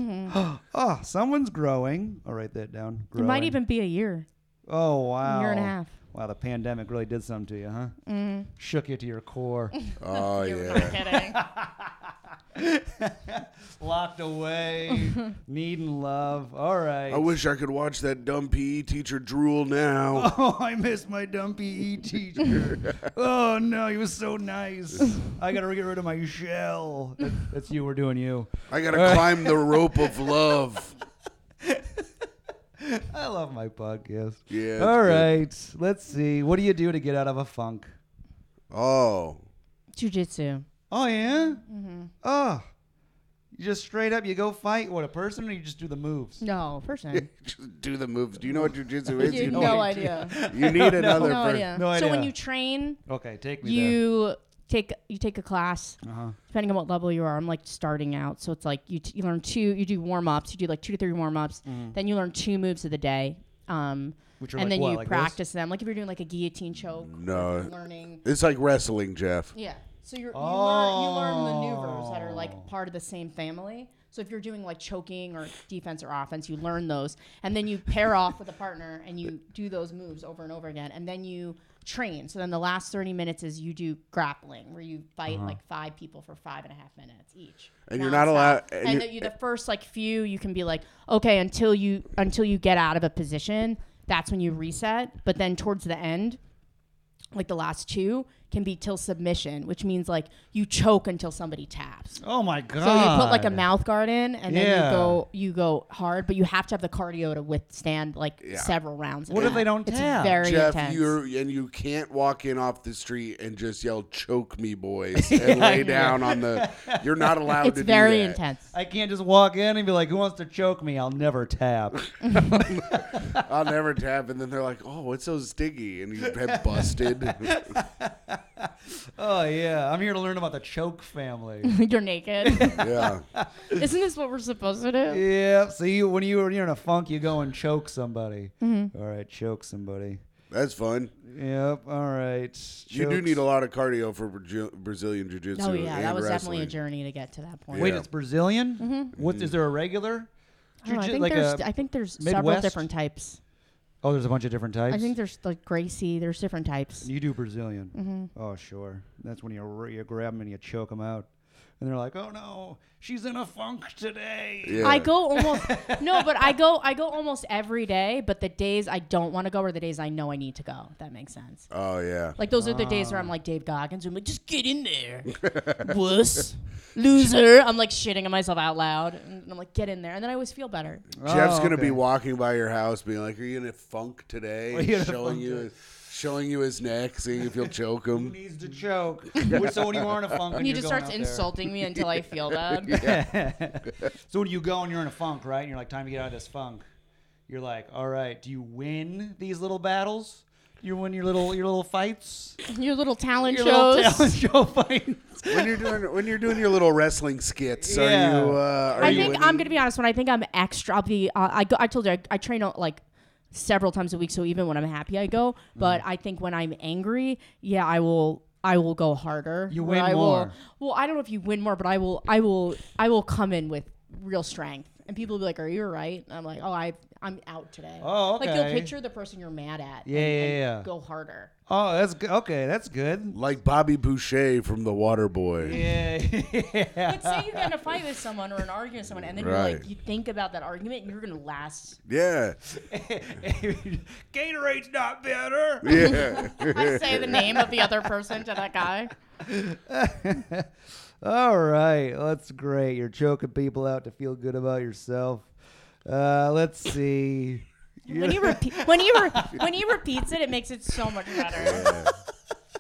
oh, someone's growing. I'll write that down.
Mm-hmm. It
Growing.
might even be a year.
Oh wow.
year and a half. Mm-hmm.
Wow, the pandemic really did something to you, huh? Mm. Shook you to your core.
oh
Not
yeah.
kidding.
Locked away, needing love. All right.
I wish I could watch that dumb PE teacher drool now.
Oh, I miss my dumpy E teacher. oh no, he was so nice. I gotta get rid of my shell. That- That's you. We're doing you.
I gotta climb the rope of love.
I love my podcast.
Yeah, it's
All
good.
right. Let's see. What do you do to get out of a funk?
Oh.
Jujitsu.
Oh yeah.
Mm-hmm.
Oh, you just straight up you go fight what a person, or you just do the moves.
No, person.
Just do the moves. Do you know what jujitsu is?
You
You,
no,
need-
idea.
you need another
no
person.
idea.
No
So when
idea.
you train,
Okay, take me
you take you take a class.
there. Uh-huh.
Depending on what level you are, I'm like starting out. So it's like you, t- you learn two, you do warm ups, you do like two to three warm ups, then you learn two moves of the day. Um,
Mm-hmm. Which are
and
like
then
what,
you
like this?
practice them, like if you're doing like a guillotine choke. or if
No.
you're learning.
It's like wrestling, Jeff.
Yeah. So you're, you, learn, you learn maneuvers that are like part of the same family. So if you're doing like choking or defense or offense, you learn those, and then you pair off with a partner and you do those moves over and over again, and then you train. So then the last 30 minutes is you do grappling, where you fight like five people for five and a half minutes each.
And you're not
nonstop.
allowed- and
And,
you're-
the, you, the first like few, you can be like, okay, until you until you get out of a position, that's when you reset. But then towards the end, like the last two can be till submission, which means like you choke until somebody taps.
Oh my god!
So you put like a mouth guard in, and then
Yeah.
you go you go hard, but you have to have the cardio to withstand like several rounds. of
What if
that.
they don't
It's
tap?
very
Jeff,
intense.
you're and you can't walk in off the street and just yell "choke me, boys" and lay down on the. You're not allowed
it's
to.
very
do that.
intense.
I can't just walk in and be like, "Who wants to choke me?" I'll never tap.
I'll never tap, and then they're like, "Oh, what's so sticky?" And you have busted.
oh yeah, I'm here to learn about the choke family.
you're naked.
yeah,
Isn't this what we're supposed to do?
yeah. So you, when you when you're in a funk, you go and choke somebody.
Mm-hmm.
All right, choke somebody.
that's fun.
Yep. All right.
You do
Chokes.
need a lot of cardio for Brazil- Brazilian jiu-jitsu.
Oh yeah,
and
that was definitely a
wrestling.
journey to get to that point.
Wait,
Yeah.
it's Brazilian. Mm-hmm. What is there a regular?
Oh, I, don't know, I
Jiu-jitsu-
think
like
there's
a-
I think there's several
Midwest?
different types.
oh, there's a bunch of different types.
I think there's like Gracie. There's Mm-hmm. different types.
You do Brazilian. Oh, sure. That's when you, r- you grab them and you choke them out. And they're like, oh no, she's in a funk today.
Yeah.
I go almost no, but I go I go almost every day. But the days I don't want to go are the days I know I need to go. If that makes sense.
Oh yeah.
Like those are the days where I'm like Dave Goggins. I'm like, just get in there, wuss, loser. I'm like shitting on myself out loud, and I'm like, get in there, and then I always feel better.
Jeff's
Oh,
gonna be
okay.
walking by your house, being like, "Are you in a funk today?"
Are you in a
showing
funk
you,
today?
showing you his neck, seeing if you'll choke
Who
him.
needs to choke? so when you are in a funk, and
He
you're
just
going
starts
out there-
insulting me until I feel bad.
So when you go and you're in a funk, right? And you're like, time to get out of this funk. You're like, all right, do you win these little battles? You win your little your little fights,
Your little talent
your
shows.
little talent show fights.
when you're doing when you're doing your little wrestling skits,
Yeah.
are you? Uh, are
I
you
think
winning?
I'm gonna be honest. When I think I'm extra, I'll be. Uh, I go. I told you I, I train uh, like several times a week. So even when I'm happy, I go. But
Mm-hmm.
I think when I'm angry, yeah, I will. I will go harder.
You
where
win
I
more.
Will, well, I don't know if you win more, but I will. I will. I will come in with real strength, and people will be like, "Are you all right?" And I'm like, "Oh, I." I'm out today.
Oh,
Like you'll
okay.
picture the person you're mad
Yeah,
at. and,
yeah,
and
yeah.
Go harder.
Oh, that's good. Okay, that's good.
like Bobby Boucher from The Water Boy.
Yeah.
But say you get in a fight with someone or an argument with someone, and then you're
Right.
like, you think about that argument, and you're gonna last
Yeah,
Gatorade's not better.
yeah.
I say the name of the other person to that guy.
All right, that's great. You're choking people out to feel good about yourself. Uh, let's see.
When he repeat, when he re- when he repeats it, it makes it so much better.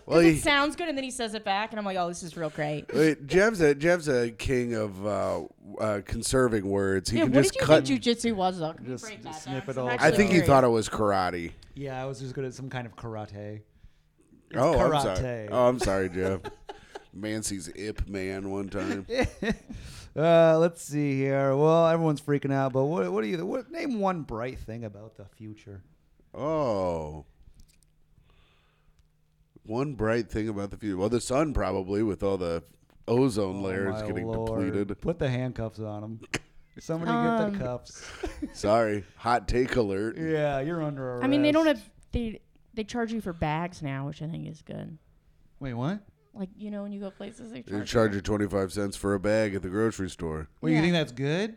well,
It
he,
sounds good, and then he says it back, and I'm like, oh, this is real great.
wait, Jeff's a Jeff's a king of uh, uh, conserving words. He
Yeah,
can
what
just
did you
cut.
think jujitsu was though? Can you
Just-
break
just
that down?
snip it
I'm
all
actually
I think he
curious.
thought it was karate.
Yeah, I was just good at some kind of karate.
oh, I'm sorry.
karate.
Oh, I'm sorry, Jeff. Mancy's Ip Man one time.
Uh, let's see here. Well, everyone's freaking out, but what? What do you? What? Name one bright thing about the future.
Oh. One bright thing about the future. Well, the sun probably with all the ozone layers
Oh, My
getting
Lord.
depleted.
Put the handcuffs on them. Somebody get
Um,
the cuffs.
Sorry. Hot take alert.
Yeah, you're under arrest.
I mean, they don't have they they charge you for bags now, which I think is good.
Wait, what?
Like you know, when you go places, they
They
charge.
charge you 25 cents for a bag at the grocery store.
Well, you
Yeah.
think that's good?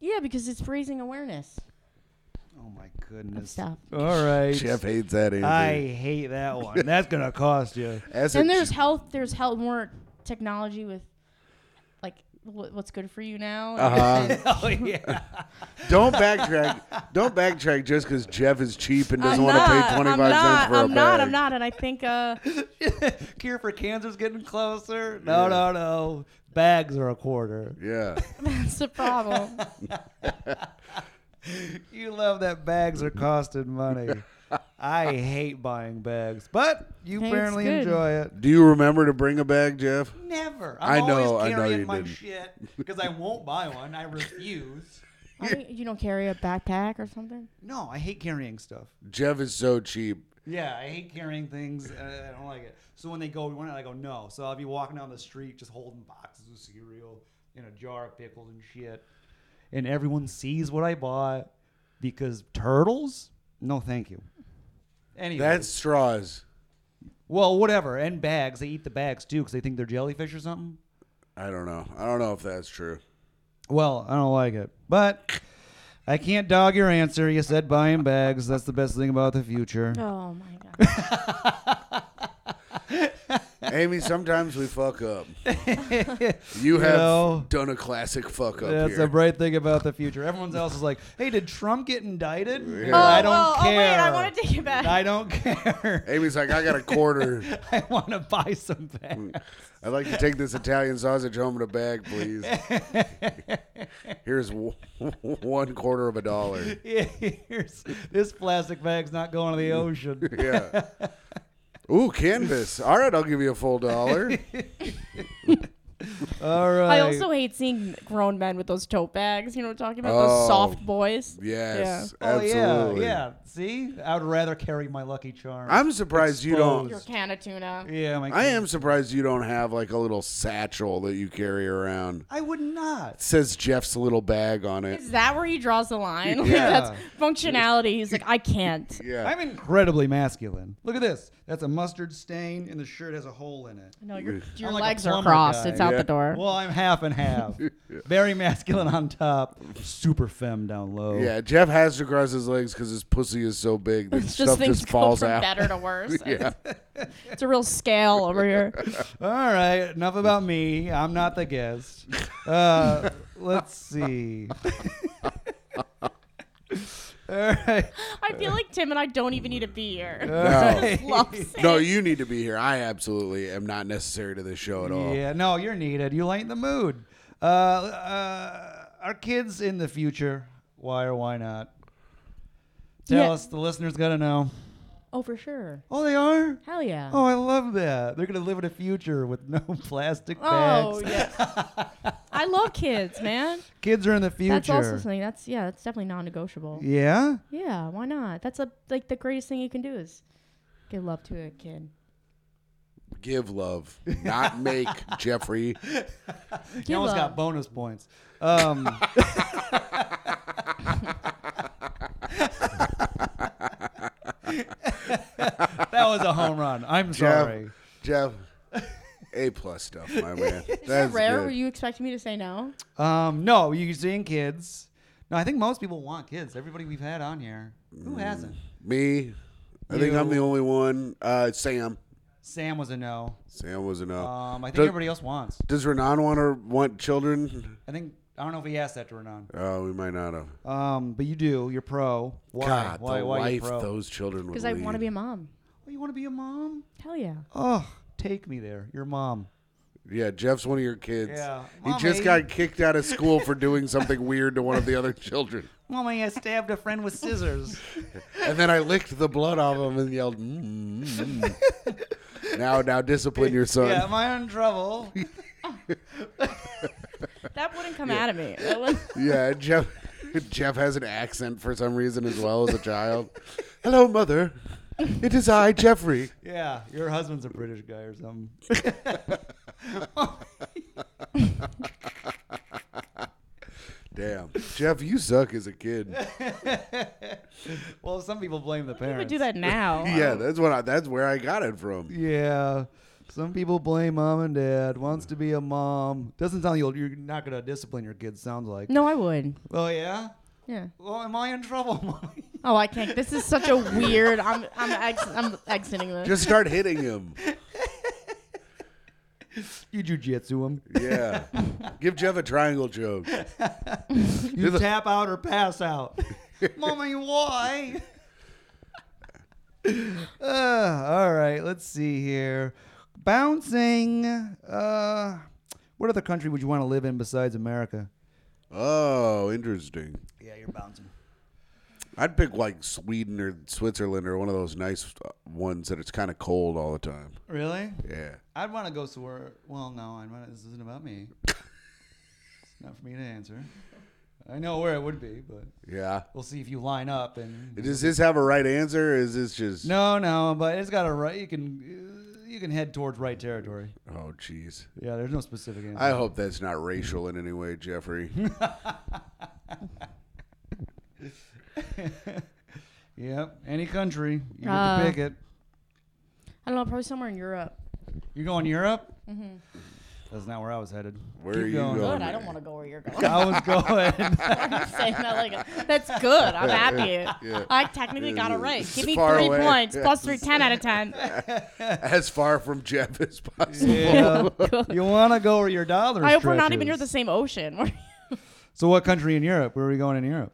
yeah, because it's raising awareness
Oh my goodness.
of stuff.
All right.
Jeff hates that answer.
I hate that one. That's gonna cost you.
As
And
a
there's
ch-
health. There's health more technology with like wh- what's good for you now.
Uh-huh.
oh yeah.
don't backtrack. Don't backtrack just because Jeff is cheap and doesn't want to pay 25
I'm not,
cents for
I'm
a
not,
bag.
I'm not, and I think uh,
Cure for cancer's getting closer. No, no, no. Bags are a quarter.
Yeah.
that's the problem.
You love that bags are costing money. I hate buying bags, but you
Hey, it's
apparently
good.
enjoy it.
Do you remember to bring a bag, Jeff?
Never.
I
I'm
know, I
always
know
carrying
you
my
didn't.
shit because I won't buy one. I refuse.
I mean, you don't carry a backpack or something?
No, I hate carrying stuff.
Jeff is so cheap.
Yeah, I hate carrying things. Uh, I don't like it. So when they go, we want it. I go no. So I'll be walking down the street just holding boxes of cereal and a jar of pickles and shit, and everyone sees what I bought because turtles. No, thank you. Anyway,
That's straws.
well, whatever. And bags. They eat the bags too because they think they're jellyfish or something.
I don't know. I don't know if that's true.
Well, I don't like it, but I can't dog your answer. You said buying bags. That's the best thing about the future.
Oh my god.
Amy, sometimes we fuck up. You have
know,
done a classic fuck up
That's
here.
a bright thing about the future. Everyone else is like, "Hey, did Trump get indicted?"
Oh,
I don't
well, oh, wait,
care.
I wanna take it back.
I don't care.
Amy's like, I got a quarter.
I want to buy some bags.
I'd like to take this Italian sausage home in a bag, please. Here's w- one quarter of a dollar. Mm.
Here's- this plastic bag's not going to the ocean.
Yeah. Ooh, canvas. All right, I'll give you a full dollar.
All right.
I also hate seeing grown men with those tote bags. You know what I'm talking about?
Oh.
Those soft boys.
Yes,
Oh
absolutely.
yeah, yeah. See, I would rather carry my Lucky Charm.
I'm surprised you
Your
don't.
Exposed.
can of tuna.
yeah, my
I am surprised you don't have like a little satchel that you carry around.
I would not.
says Jeff's little bag on it.
Is that where he draws the line? Like
Yeah.
that's functionality. He's like, I can't.
Yeah.
I'm incredibly masculine. Look at this. That's a mustard stain, and the shirt has a hole in it.
No, your, your
I'm like a
legs are
plumber
crossed.
guy.
It's out
Yeah.
the door.
Well, I'm half and half. Very masculine on top, super femme down low.
yeah, Jeff has to cross his legs because his pussy is so big that
it's just
stuff
things
just falls
go from
out.
better to worse.
Yeah.
It's a real scale over here.
All right, enough about me. I'm not the guest. Uh, let's see. All right.
I feel like Tim and I don't even need to be here.
No.
Loves it.
No, you need to be here. I absolutely am not necessary to this show at all.
Yeah, no, you're needed. You lighten the mood. Uh, uh, our kids in the future, why or why not? Tell
Yeah.
us. The listeners got to know.
Oh, for sure.
Oh, they are?
Hell yeah.
Oh, I love that. They're going to live in a future with no plastic bags.
Oh, yeah. I love kids, man.
Kids are in the future.
That's also something. That's yeah. That's definitely non-negotiable.
Yeah?
Yeah. Why not? That's a, like the greatest thing you can do is give love to a kid.
Give love, not make, Jeffrey.
Give
You almost got
love.
bonus points. Um, that was a home run. I'm sorry.
Jeff, A plus stuff, my man. That's
Is that rare?
good.
Were you expecting me to say no?
Um, no, you're seeing kids. No, I think most people want kids. Everybody we've had on here, who hasn't?
Me, I think I'm the
You.
only one. Uh, Sam,
Sam was a no.
Sam was a no.
Um, I think
Does-
everybody else wants.
Does Renan want to want children?
I think I don't know if he asked that to Renan.
Oh, we might not have.
Um, but you do. You're pro. Why?
God,
why?
the
why are you
life
pro?
those children would
Because I want to
lead.
be a mom.
Oh, you want to be a mom?
Hell yeah.
Oh, take me there. Your mom.
Yeah, Jeff's one of your kids.
Yeah.
he
Mommy.
just got kicked out of school for doing something weird to one of the other children,
Mommy, I stabbed a friend with scissors.
and then I licked the blood off him and yelled, mm, mm, mm." "Now, now, discipline your son."
yeah, am I in trouble?
That wouldn't come out of me. That would-
Yeah, Jeff. Jeff has an accent for some reason as well as a child. Hello, mother. It is I, Jeffrey.
yeah, your husband's a British guy or something.
Damn, Jeff, you suck as a kid.
Well, some people blame the
I
parents.
would do that now.
Yeah, that's what I, that's where I got it from.
Yeah. Some people blame mom and dad. Wants to be a mom. Doesn't sound you'll, you're not gonna discipline your kids. Sounds like.
No, I would.
Oh yeah.
Yeah.
Well, am I in trouble, mommy?
Oh, I can't. This is such a weird. I'm I'm ex- I'm exiting this.
Just start hitting him.
You jujitsu him.
Yeah, give Jeff a triangle joke.
You tap out or pass out. mommy, why? uh, all right. Let's see here. Bouncing. Uh, what other country would you want to live in besides America?
Oh, interesting.
Yeah, you're bouncing.
I'd pick like Sweden or Switzerland or one of those nice uh, ones that it's kind of cold all the time.
Really?
Yeah.
I'd want to go somewhere. Well, no, I'd want. This isn't about me. it's not for me to answer. I know where it would be, but
Yeah.
we'll see if you line up and.
Does this have a right answer? Or is this just
No, no, but it's got a right. You can you can head towards right territory.
Oh, jeez.
Yeah, there's no specific answer.
I hope that's not racial in any way, Jeffrey.
Yep, any country you get
Uh,
to pick it.
I don't know, probably somewhere in Europe.
You going Europe?
Mm-hmm.
That's not where I was headed.
Where
Keep
are you going?
Good.
Oh,
I
man.
don't want to go where you're going.
I was going.
I'm saying that like a- that's good. I'm happy.
Yeah.
I technically got it right. Give me
Far
three
away.
points plus three, ten out of ten.
as far from Jeff as possible.
Yeah. you want to go where your dollars?
I hope we're not even near the
stretches.
same ocean.
So what country in Europe? Where are we going in Europe?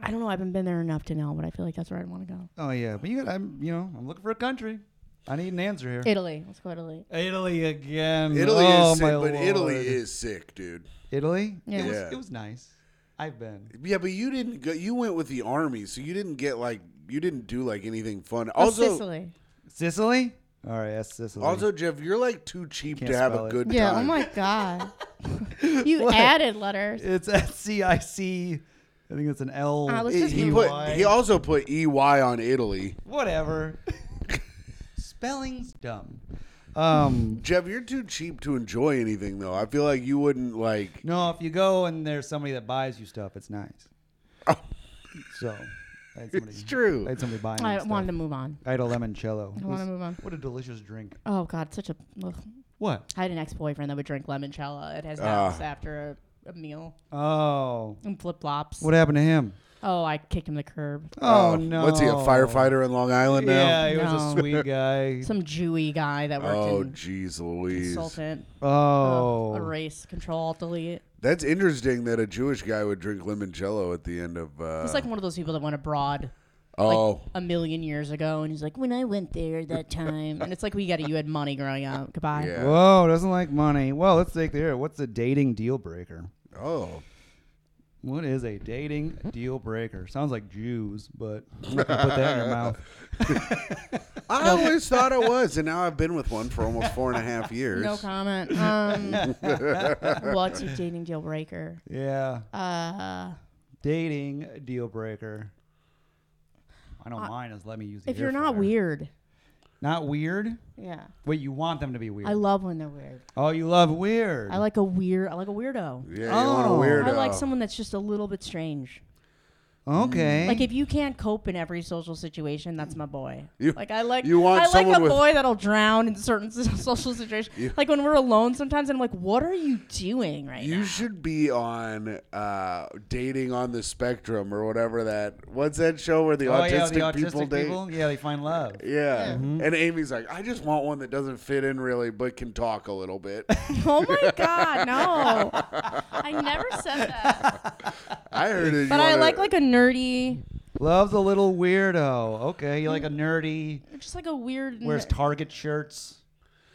I don't know. I haven't been there enough to know, but I feel like that's where I want to go.
Oh yeah, but you got. I'm. You know, I'm looking for a country. I need an answer here.
Italy. Let's go to Italy.
Italy again.
Italy
oh,
is sick,
my
but Italy
Lord.
is sick, dude.
Italy.
Yeah.
It was,
Yeah.
it was nice. I've been.
Yeah, but you didn't go. You went with the army, so you didn't get like you didn't do like anything fun. Also,
Oh, Sicily.
Sicily. All right, that's Sicily.
also Jeff, you're like too cheap
Can't
to have
spell
a
it.
good
Yeah.
time.
Oh my god. you added letters.
it's at C I C. I think it's an L. E,
Uh, let's
He-
just
he
move
put
EY.
he also put EY on Italy.
Whatever. Spelling's dumb. Um.
Jeff, you're too cheap to enjoy anything though. I feel like you wouldn't like
No, if you go and there's somebody that buys you stuff, it's nice.
Oh.
So I had somebody,
It's true.
I had somebody buying.
I
me stuff.
wanted to move on.
I had a limoncello. It
I want
was-
to move on.
What a delicious drink.
Oh God, such a. Ugh.
What?
I had an ex-boyfriend that would drink limoncello at his
Ah.
house after a, a meal
Oh,
and flip flops.
what happened to him?
Oh, I kicked him to the curb.
Oh,
uh,
no.
What's he a firefighter in Long Island now?
Yeah, he was
No.
a sweet guy.
Some Jewy guy that worked
Oh
in
jeez Louise.
consultant. Uh,
Oh,
erase, control, alt, delete.
That's interesting that a Jewish guy would drink limoncello at the end of uh
He's like one of those people that went abroad
Oh.
a million years ago, and he's like, when I went there that time, and it's like, we got it. You had money growing up. Goodbye.
Yeah.
whoa, doesn't like money. Well, let's take the here. What's a dating deal breaker?
oh.
What is a dating deal breaker? Sounds like Jews, but you can put that in your mouth.
I always thought it was, and now I've been with one for almost four and a half years.
No comment. Um, what's your dating deal breaker?
Yeah,
Uh,
dating deal breaker. I know mine is let me use. The
Uh, if
air
you're not
fryer.
weird,
not weird.
yeah.
Wait, you want them to be weird?
I love when they're weird.
oh, you love weird.
I like a weird. I like a weirdo.
Yeah, you want a
Oh.
weirdo.
I
I like someone that's just a little bit strange.
okay.
Like if you can't cope in every social situation, that's my boy.
You-
like I like
you want
I like
someone
a
with-
boy that'll drown in certain s- social situations. like when we're alone sometimes, I'm like, what are you doing right
You
now?
should be on uh, dating on the spectrum or whatever that. What's that show where the
oh
autistic,
yeah, the autistic
people,
people,
date?
Yeah, they find love.
Yeah,
Mm-hmm.
and Amy's like, I just want one that doesn't fit in really, but can talk a little bit.
oh my god, no! I never said that.
I heard it.
But I like like a nerdy,
Loves a little weirdo. Okay, you like a nerdy.
just like a weird.
Wears Target shirts.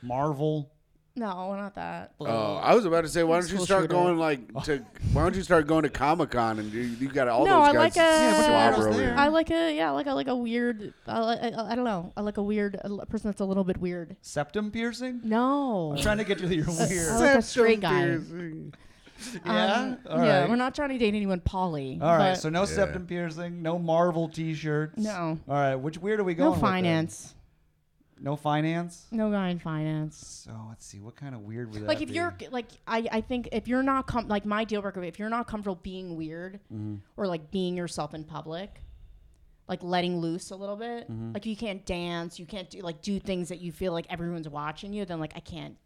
Marvel.
no, not that.
Oh, I was about to say, why don't you
School
start
shooter.
going like to? Why don't you start going to Comic Con and you, you got all
No,
those
I like
guys
a- Yeah, but
slob
there's
over
there.
you.
I like a yeah, I like I like a weird. I, like, I, I don't know. I like a weird a l- person that's a little bit weird.
Septum piercing.
No.
I'm trying to get to your
I
weird.
like a straight guy.
yeah.
Um,
All right.
yeah, we're not trying to date anyone poly.
All right.
but
So no septum piercing. No Marvel T-shirts.
No.
All right. Which weird are we going?
no
with then?
finance.
No finance.
No guy in finance.
So let's see. What kind of weird would that
Like if
be?
you're like I, I think if you're not com- like my deal breaker if you're not comfortable being weird
Mm-hmm.
or like being yourself in public, like letting loose a little bit,
Mm-hmm.
like you can't dance, you can't do like do things that you feel like everyone's watching you, then like I can't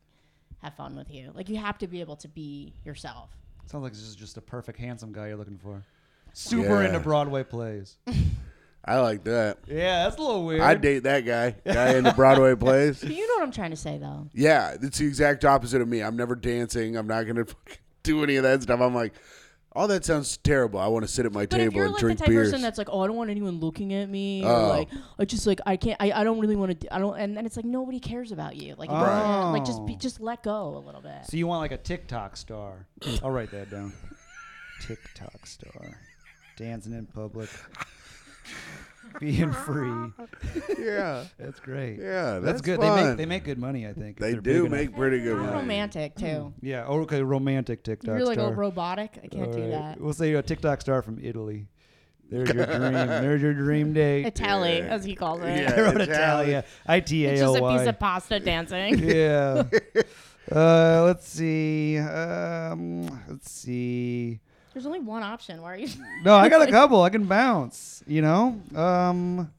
have fun with you. Like you have to be able to be yourself.
Sounds like this is just a perfect handsome guy you're looking for. Super
Yeah.
into Broadway plays.
I like that.
yeah, that's a little weird.
I'd date that guy, guy in the Broadway plays.
But you know what I'm trying to say though.
Yeah, it's the exact opposite of me. I'm never dancing. I'm not gonna fucking do any of that stuff. I'm like, all that sounds terrible. I want to sit at my
But if
table
you're
and
like the
drink
type of
beers.
person that's like, oh, I don't want anyone looking at me,
Oh.
or like, I just like I can't, I, I don't really want to, I don't, and then it's like nobody cares about you, like, if you're
Right.
not- like just be,
Oh.
just let go a little bit.
So you want like a TikTok star? I'll write that down. TikTok star, dancing in public. being free.
Yeah.
That's great.
Yeah, that's
good. They
fun.
make they make good money, I think. if
They
they're big
do
enough.
make pretty good
How
money.
romantic too.
Yeah. Oh, okay. Romantic TikTok
You're like
star.
a robotic. I can't do
Uh,
All right.
that.
We'll say you're a TikTok star from Italy. There's your dream. There's your dream date.
Itali, as he calls it.
Yeah.
I wrote
Italian.
Italia. I T
It's
A
just
L
a piece
Y.
of pasta dancing.
Yeah. Uh, let's see. Um, let's see.
There's only one option. Why are you?
No, I got a couple. I can bounce. You know. Um.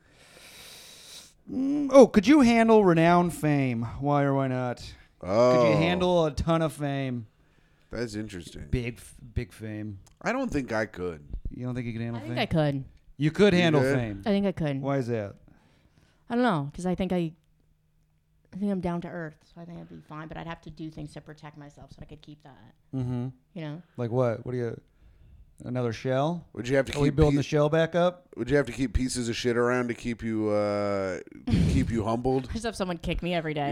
mm, Oh, could you handle renowned fame? Why or why not?
Oh,
Could you handle a ton of fame?
That's interesting.
Big, f- big fame.
I don't think I could.
You don't think you could handle
I think
fame?
I could.
You could handle
could?
fame.
I think I could.
Why is that?
I don't know because I think I, I think I'm down to earth, so I think I'd be fine. But I'd have to do things to protect myself so I could keep that.
Mm-hmm.
You know,
Like what? What do you? Another shell?
Would you have to
Are we
keep
building
pie-
the shell back up?
Would you have to keep pieces of shit around to keep you uh, keep you humbled?
I just have someone kick me every day.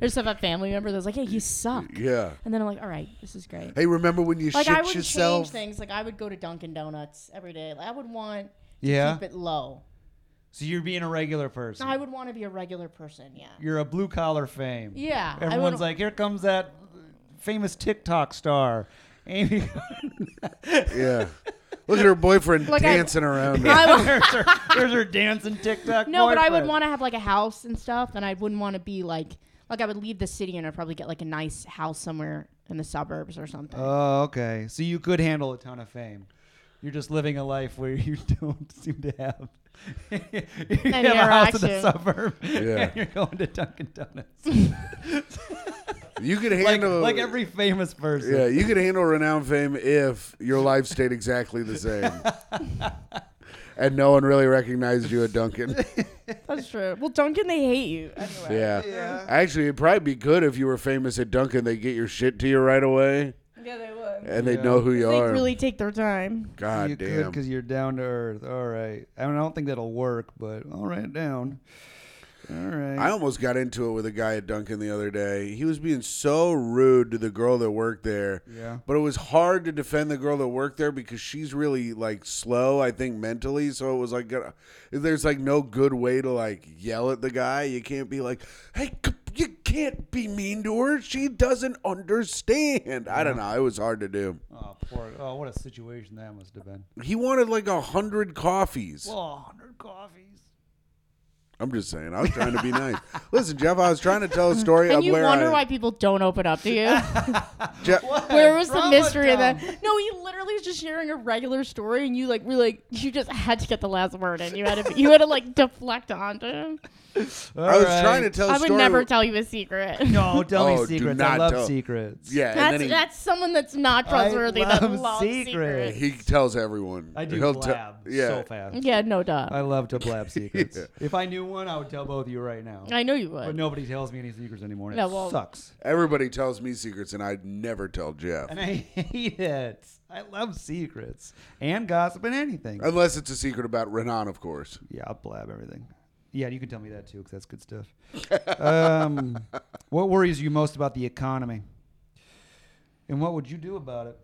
There's some family member that's like, "Hey, you suck,"
Yeah.
and then I'm like, "All right, this is great."
Hey, remember when you
Like I
shit
would
yourself?
change things. Like I would go to Dunkin' Donuts every day. Like, I would want
Yeah.
keep it low.
So you're being a regular person.
I would want to be a regular person. Yeah.
you're a blue collar fame.
Yeah. I
Everyone's
would-
like, here comes that famous TikTok star. Amy
Yeah. Look at her boyfriend
Like I-
dancing around. her.
I would,
there's, her, there's her dancing TikTok.
no, but I would
boyfriend.
want to have like a house and stuff, and I wouldn't want to be like like I would leave the city and I'd probably get like a nice house somewhere in the suburbs or something.
Uh,
Oh, okay. So you could handle a ton of fame. You're just living a life where you don't seem to have. you have a house in the
action.
suburb,
Yeah.
and you're going to Dunkin' Donuts.
You could
like,
handle
like every famous person.
Yeah, you could handle renowned fame if your life stayed exactly the same. and no one really recognized you at Duncan.
That's true. Well, Duncan, they hate you.
Yeah. Actually, it'd probably be good if you were famous at Duncan. They get your shit to you right away
Yeah, they would.
and
Yeah.
they'd know who you
They
are.
really take their time.
God
you could
damn.
because you're down to earth. All right. I, mean, I don't think that'll work, but I'll write it down. All right.
I almost got into it with a guy at Duncan the other day. He was being so rude to the girl that worked there.
Yeah.
But it was hard to defend the girl that worked there because she's really like slow, I think, mentally. So it was like, uh, there's like no good way to like yell at the guy. You can't be like, hey, c- you can't be mean to her. She doesn't understand. I don't know. It was hard to do.
oh, poor. Oh, what a situation that must have been.
He wanted like a hundred coffees.
Oh,
Whoa, 100 coffees.
I'm just saying. I was trying to be nice. Listen, Jeff, I was trying to tell a story
And
of
you
where
wonder
I,
why people don't open up to you.
Jeff,
Where was the
Drama
mystery of
dump.
that? No, he literally was just sharing a regular story, and you like were like you just had to get the last word, and you had to you had to like deflect onto him.
I was trying to tell a
I would
story
never tell you a secret.
No, tell
Oh,
me
do
secrets. I
not
love
tell-
secrets.
Yeah,
That's
and then he,
that's someone that's not
I
trustworthy. That
love
loves
secrets.
secrets.
he tells everyone.
I do
He'll te-
blab
yeah.
so fast.
Yeah, no doubt.
I love to blab secrets. If I knew one, I would tell both of you right now.
I know you would.
But nobody tells me any secrets anymore. And
No,
it
well-
sucks.
Everybody tells me secrets, and I never tell Jeff
And I hate it. I love secrets and gossip and anything.
unless it's a secret about Renan, of course.
Yeah, I'll blab everything. Yeah, you can tell me that too, because that's good stuff. um, what worries you most about the economy? And what would you do about it?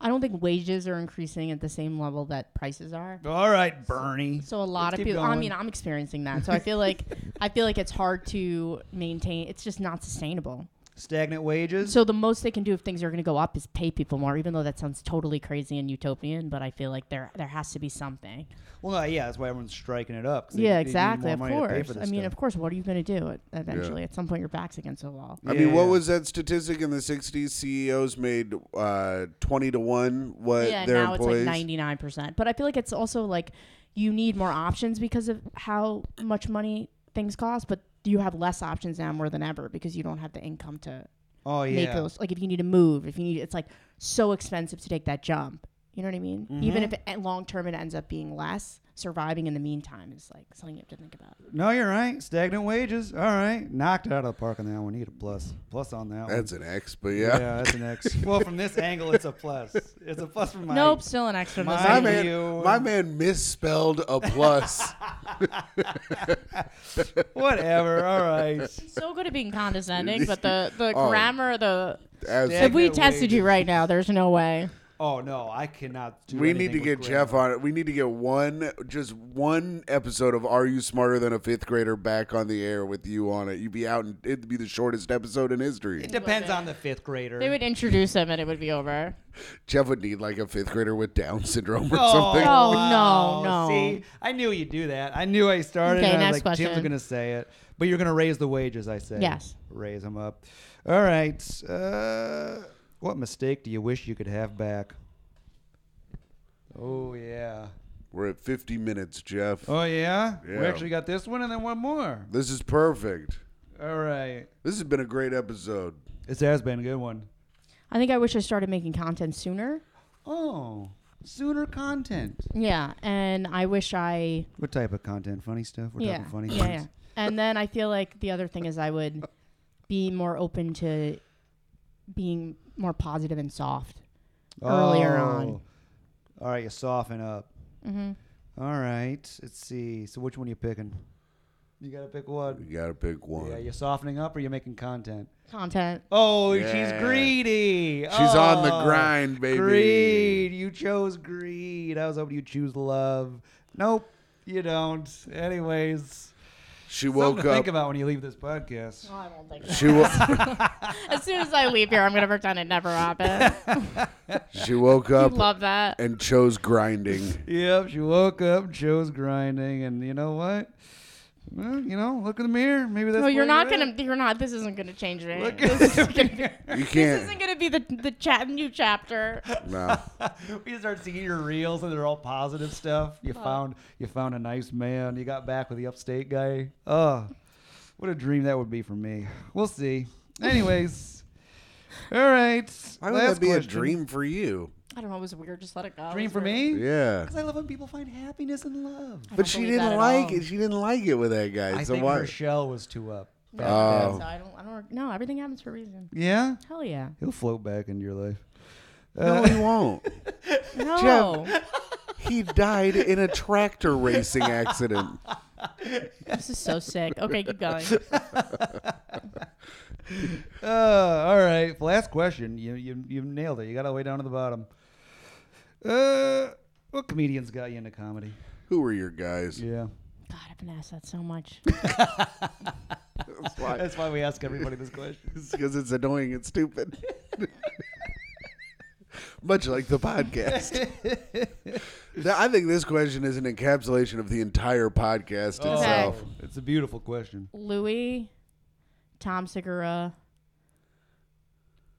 I don't think wages are increasing at the same level that prices are.
All right, Bernie.
So a lot
Let's
of
keep
people. I
going.
mean, I'm experiencing that. So I feel like I feel like it's hard to maintain. It's just not sustainable.
stagnant wages.
So the most they can do if things are going to go up is pay people more. Even though that sounds totally crazy and utopian, but I feel like there there has to be something.
Well, no, yeah, that's why everyone's striking it up. 'cause they-
yeah,
they need
exactly.
more
Of
money to pay
course.
for
I
this
mean,
stuff.
of course. What are you going to do? At, eventually, at some point, your back's against the wall.
I mean, what
Yeah.
was that statistic in the '60s? CEOs made uh, twenty to one what
yeah,
their
now
employees.
it's like 99%. But I feel like it's also like you need more options because of how much money things cost, but you have less options now more than ever because you don't have the income to
Oh yeah.
make those. Like if you need to move, if you need, it's like so expensive to take that jump. You know what I mean? Even if it, long term it ends up being less, surviving in the meantime is like something you have to think about.
No, you're right. Stagnant wages. All right, knocked it out of the park on that one. You get a plus. Plus on that
That's
one.
an X, but
Yeah.
yeah.
that's an X. well, from this angle, it's a plus. It's a plus from my.
nope, still an extra.
my-
My
Thank
man,
you.
my man misspelled a plus.
Whatever. All right.
so good at being condescending, but the the grammar, the
As
Yeah.
if we
Stagnant
tested you right now, there's no way.
Oh no, I cannot. Do
We need
anything
to
with
get
Greg.
Jeff on it. We need to get one, just one episode of "Are You Smarter Than a Fifth Grader" back on the air with you on it. You'd be out, and it'd be the shortest episode in history.
It depends on the fifth grader.
They would introduce him and it would be over.
Jeff would need like a fifth grader with Down syndrome or something.
Oh,
wow.
no, no.
See, I knew you'd do that. I knew I started.
Okay,
and I was
next
like, Tim's
question.
going to say it, but you're going to raise the wages. I say
Yes.
raise them up. All right. Uh, what mistake do you wish you could have back? Oh yeah.
We're at 50 minutes, Jeff.
Oh yeah. We
Yeah.
actually got this one and then one more.
This is perfect.
All right.
This has been a great episode.
This has been a good one.
I think I wish I started making content sooner.
Oh, sooner content.
Yeah, and I wish I
What type of content? Funny stuff. We're
yeah
talking funny
yeah, yeah.
things.
And then I feel like the other thing is I would be more open to being more positive and soft earlier on.
Oh.
Mm-hmm.
All right, you soften up. All right, let's see. So which one you picking? You gotta pick one.
You gotta pick one.
Yeah, you're softening up, or you're making content.
Content.
Oh,
Yeah.
she's greedy.
She's on the
Oh,
grind, baby.
Greed. You chose greed. I was hoping you choose love. Nope, you don't. Anyways,
She
something
woke
to think
up.
about when you leave this podcast.
I don't think
She, wo-
As soon as I leave here, I'm gonna pretend it never happened.
she woke
I
up
love that.
and chose grinding.
Yep, she woke up, chose grinding, and you know what? Well, you know, look in the mirror. Maybe that's
No, you're
where
not
you're at.
gonna. You're not. This isn't gonna change me.
Look
This,
at the
You
this isn't
can't.
gonna be the the cha- new chapter.
No.
mirror. We start seeing your reels, and they're all positive stuff. You found you found a nice man. You got back with the upstate guy. Oh, what a dream that would be for me. We'll see. Anyways, all right.
Why would
last
that be
question.
a dream for you?
I don't know. It was weird. Just let it go.
Dream
It
for
was weird.
me?
Yeah.
Because I love when people find happiness and love.
I
But
don't
she
believe
didn't
that at
like
all.
it. She didn't like it with that guy.
I
so
think
why?
her shell was too up.
No,
Oh.
so I don't. I don't. No, everything happens for a reason.
Yeah,
Hell yeah.
he'll float back into your life.
no, he won't.
No,
He died in a tractor racing accident.
this is so sick. Okay, keep going.
Uh, all right. Last question. You you you nailed it. You got all the way down to the bottom. Uh, what comedians got you into comedy?
Who were your guys?
Yeah,
God, I've been asked that so much.
That's why.
that's why we ask everybody this question.
Because it's annoying and stupid. Much like the podcast. Now, I think this question is an encapsulation of the entire podcast
Oh.
itself.
It's a beautiful question.
Louis, Tom Segura,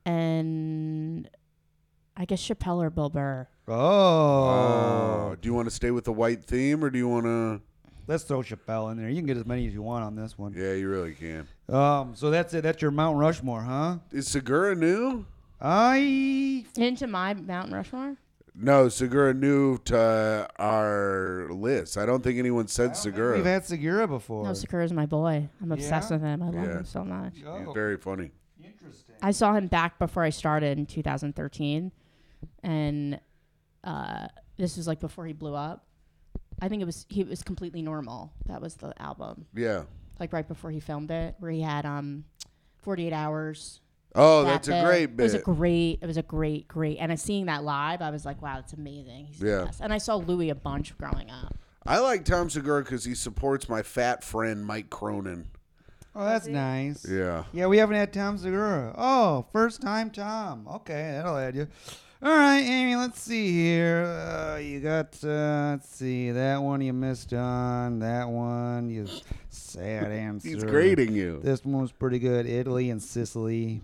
and I guess Chappelle or Bill Burr.
Oh,
Oh, do you want to stay with the white theme or do you want to?
let's throw Chappelle in there. You can get as many as you want on this one.
Yeah, you really can.
Um, so that's it. That's your Mount Rushmore, huh?
Is Segura new?
I
Into my Mountain Rushmore.
No, Segura new to our list. I don't think anyone said Segura.
we've had Segura before. Oh,
No, Sakura's my boy. I'm obsessed
Yeah?
with him. I love
Yeah.
him so much.
He's
Oh,
very funny.
interesting.
I saw him back before I started in 2013, and uh, this was like before he blew up. I think it was he was completely normal. That was the album,
Yeah.
like right before he filmed it, where he had um, 48 hours.
Oh,
that
that's a
bit.
great
It was
bit.
a great. It was a great, great. And I seeing that live, I was like, wow, that's amazing. He's the
Yeah.
best. And I saw Louis a bunch growing up.
I like Tom Segura because he supports my fat friend Mike Cronin.
Oh, that's nice.
Yeah.
Yeah, we haven't had Tom Segura. Oh, first time Tom. Okay, that'll add you. All right, Amy, let's see here. Uh, you got, uh, let's see, that one you missed on. That one, you sad answer.
He's grading you.
This one was pretty good. Italy and Sicily.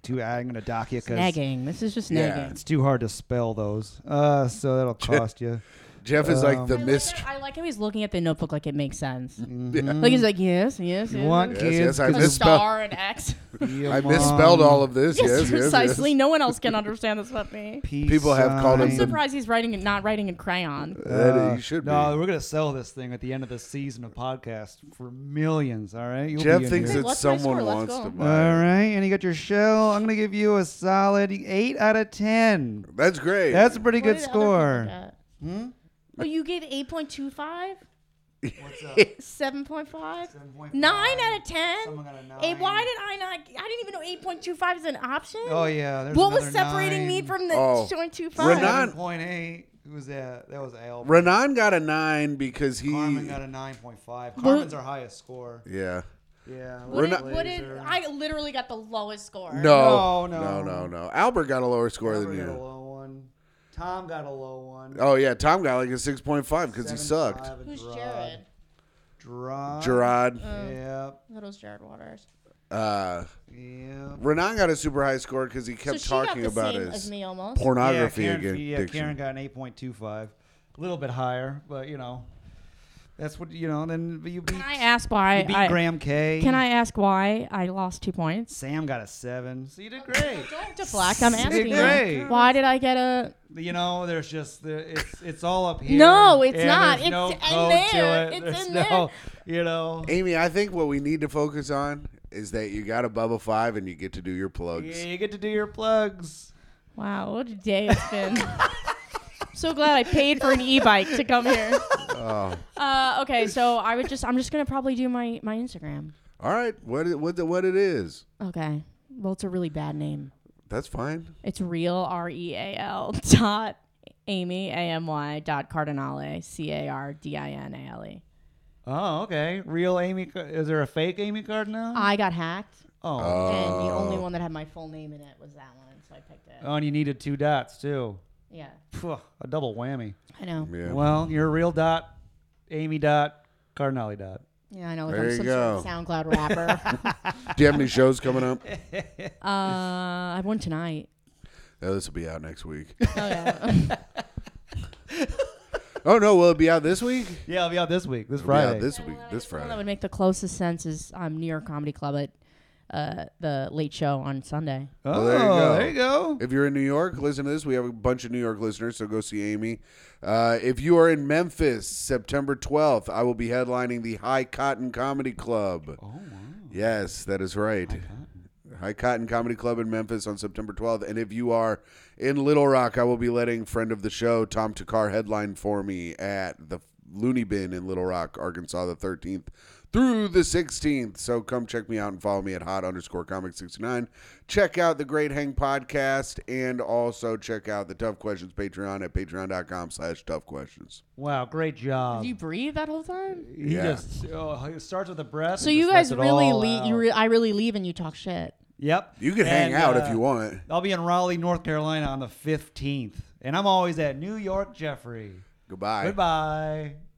Too, I'm going to dock you because
Nagging. This is just
Yeah.
nagging.
it's too hard to spell those. Uh, so that'll cost you.
Jeff is like the
um,
I like
mist. Mm-hmm.
how- I like how he's looking at the notebook like it makes sense. Like he's like, yes, yes,
You
yes,
want
yes."
Yes,
kids?
yes, I
could
a
missed- misspelled-
star and X.
be a
I misspelled
mom.
all of this.
yes,
Yes, yes, yes.
precisely. No one else can understand this but me.
Peace
People have called
sign.
him
I'm
the-
surprised he's writing and not writing in crayon.
That
Uh,
he should
no,
be.
we're gonna sell this thing at the end of the season of podcast for millions. All right, You'll
Jeff
be in
thinks
here.
Hey,
that
what's my
someone
score? Let's
wants
go.
to
All
buy. it.
right, and you got your shell. I'm gonna give you a solid eight out of ten.
That's great.
That's a pretty
What
good
did other people
score.
get? Oh, you gave 8.25?
What's up?
Seven point five.
7.5.
Nine out of ten.
Someone got a
Eh, why
nine.
did I not? I didn't even know eight point two five is an option.
Oh yeah. there's
what was
another
separating me
nine.
from the
Oh.
2.25?
Renata-
Seven point eight. Who was that? That was Al.
Renan got a nine because he.
Carmen got a nine point five. Carmen's our highest score.
yeah.
Yeah.
What
Lady
did, what did-
Laser.
I literally got the lowest score.
No.
No, no.
No. No. No. Albert got a lower score
Robert
than
got a
you.
low one. Tom got a low one.
Oh yeah, Tom got like a six point five because he sucked.
7.5,
Who's
Gerard.
Jared? Oh.
Gerard.
Gerard.
Yep.
That was Jared Waters.
Uh,
Yep.
Renan got a super high score because he kept
so she
talking
got the
about
same
his
as me almost.
pornography
yeah, Karen,
again.
Yeah, Karen got an eight point two five, a little bit higher, but you know, that's what you know. Then you beat,
Can I ask why?
you beat
I,
Graham K.
Can I ask why I lost two points?
Sam got a seven, so you did great.
Don't deflect. I'm
Sixth
asking.
grade.
you. Why did I get a?
You know, there's just the, it's it's all up here.
No, it's
and
not.
there's no
It's in
code
there.
To it.
It's
there's
in
no, You know.
Amy, I think what we need to focus on is that you got above a five and you get to do your
Yeah,
plugs.
you get to do your plugs.
Wow, what a day it's been. so glad I paid for an e-bike to come here.
Oh.
Uh, okay, so I would just I'm just gonna probably do my my Instagram.
All right, what it, what the, what it is?
Okay. Well, it's a really bad name.
That's fine.
It's real R E A L dot Amy A M Y dot Cardinale C A R D I N A L E.
Oh, okay. Real Amy. Car- Is there a fake Amy card now?
I got hacked,
Oh.
and the only
Oh.
one that had my full name in it was that one, so I picked it.
oh, and you needed two dots too.
yeah,
Phew, A double whammy.
I know.
Yeah.
Well, you're a real dot, Amy dot, Cardinale dot.
Yeah, I know. Like
There
I'm
you
some sort of SoundCloud rapper.
Do you have any shows coming up?
uh, I have one tonight.
Oh, this will be out next week.
Oh yeah.
Oh no, will it be out this week?
Yeah, I'll be out this week, this
It'll be out
Friday.
this week, this
The one that
Friday.
would make the closest sense is um, New York Comedy Club at uh, the Late Show on Sunday.
oh,
Well, there you go.
There you go.
If you're in New York, listen to this. We have a bunch of New York listeners, so go see Amy. Uh, if you are in Memphis, September 12th, I will be headlining the High Cotton Comedy Club.
Oh, wow.
Yes, that is right. High Cotton Comedy Club in Memphis on September 12th. And if you are in Little Rock, I will be letting friend of the show Tom Takar headline for me at the Looney Bin in Little Rock, Arkansas, the 13th through the 16th. So come check me out and follow me at hot underscore comic 69. Check out the Great Hang podcast and also check out the Tough Questions Patreon at patreon.com slash tough questions.
Wow, great job.
Did you breathe that whole time?
he
Yeah.
just oh, he starts with a breath.
So
and
you
just lets
guys
it
really
all
leave. You
out.
re- I really leave, and you talk shit.
yep.
You can hang
And,
out
uh,
if you want.
I'll be in Raleigh, North Carolina on the 15th. And I'm always at New York Jeffrey.
Goodbye.
Goodbye.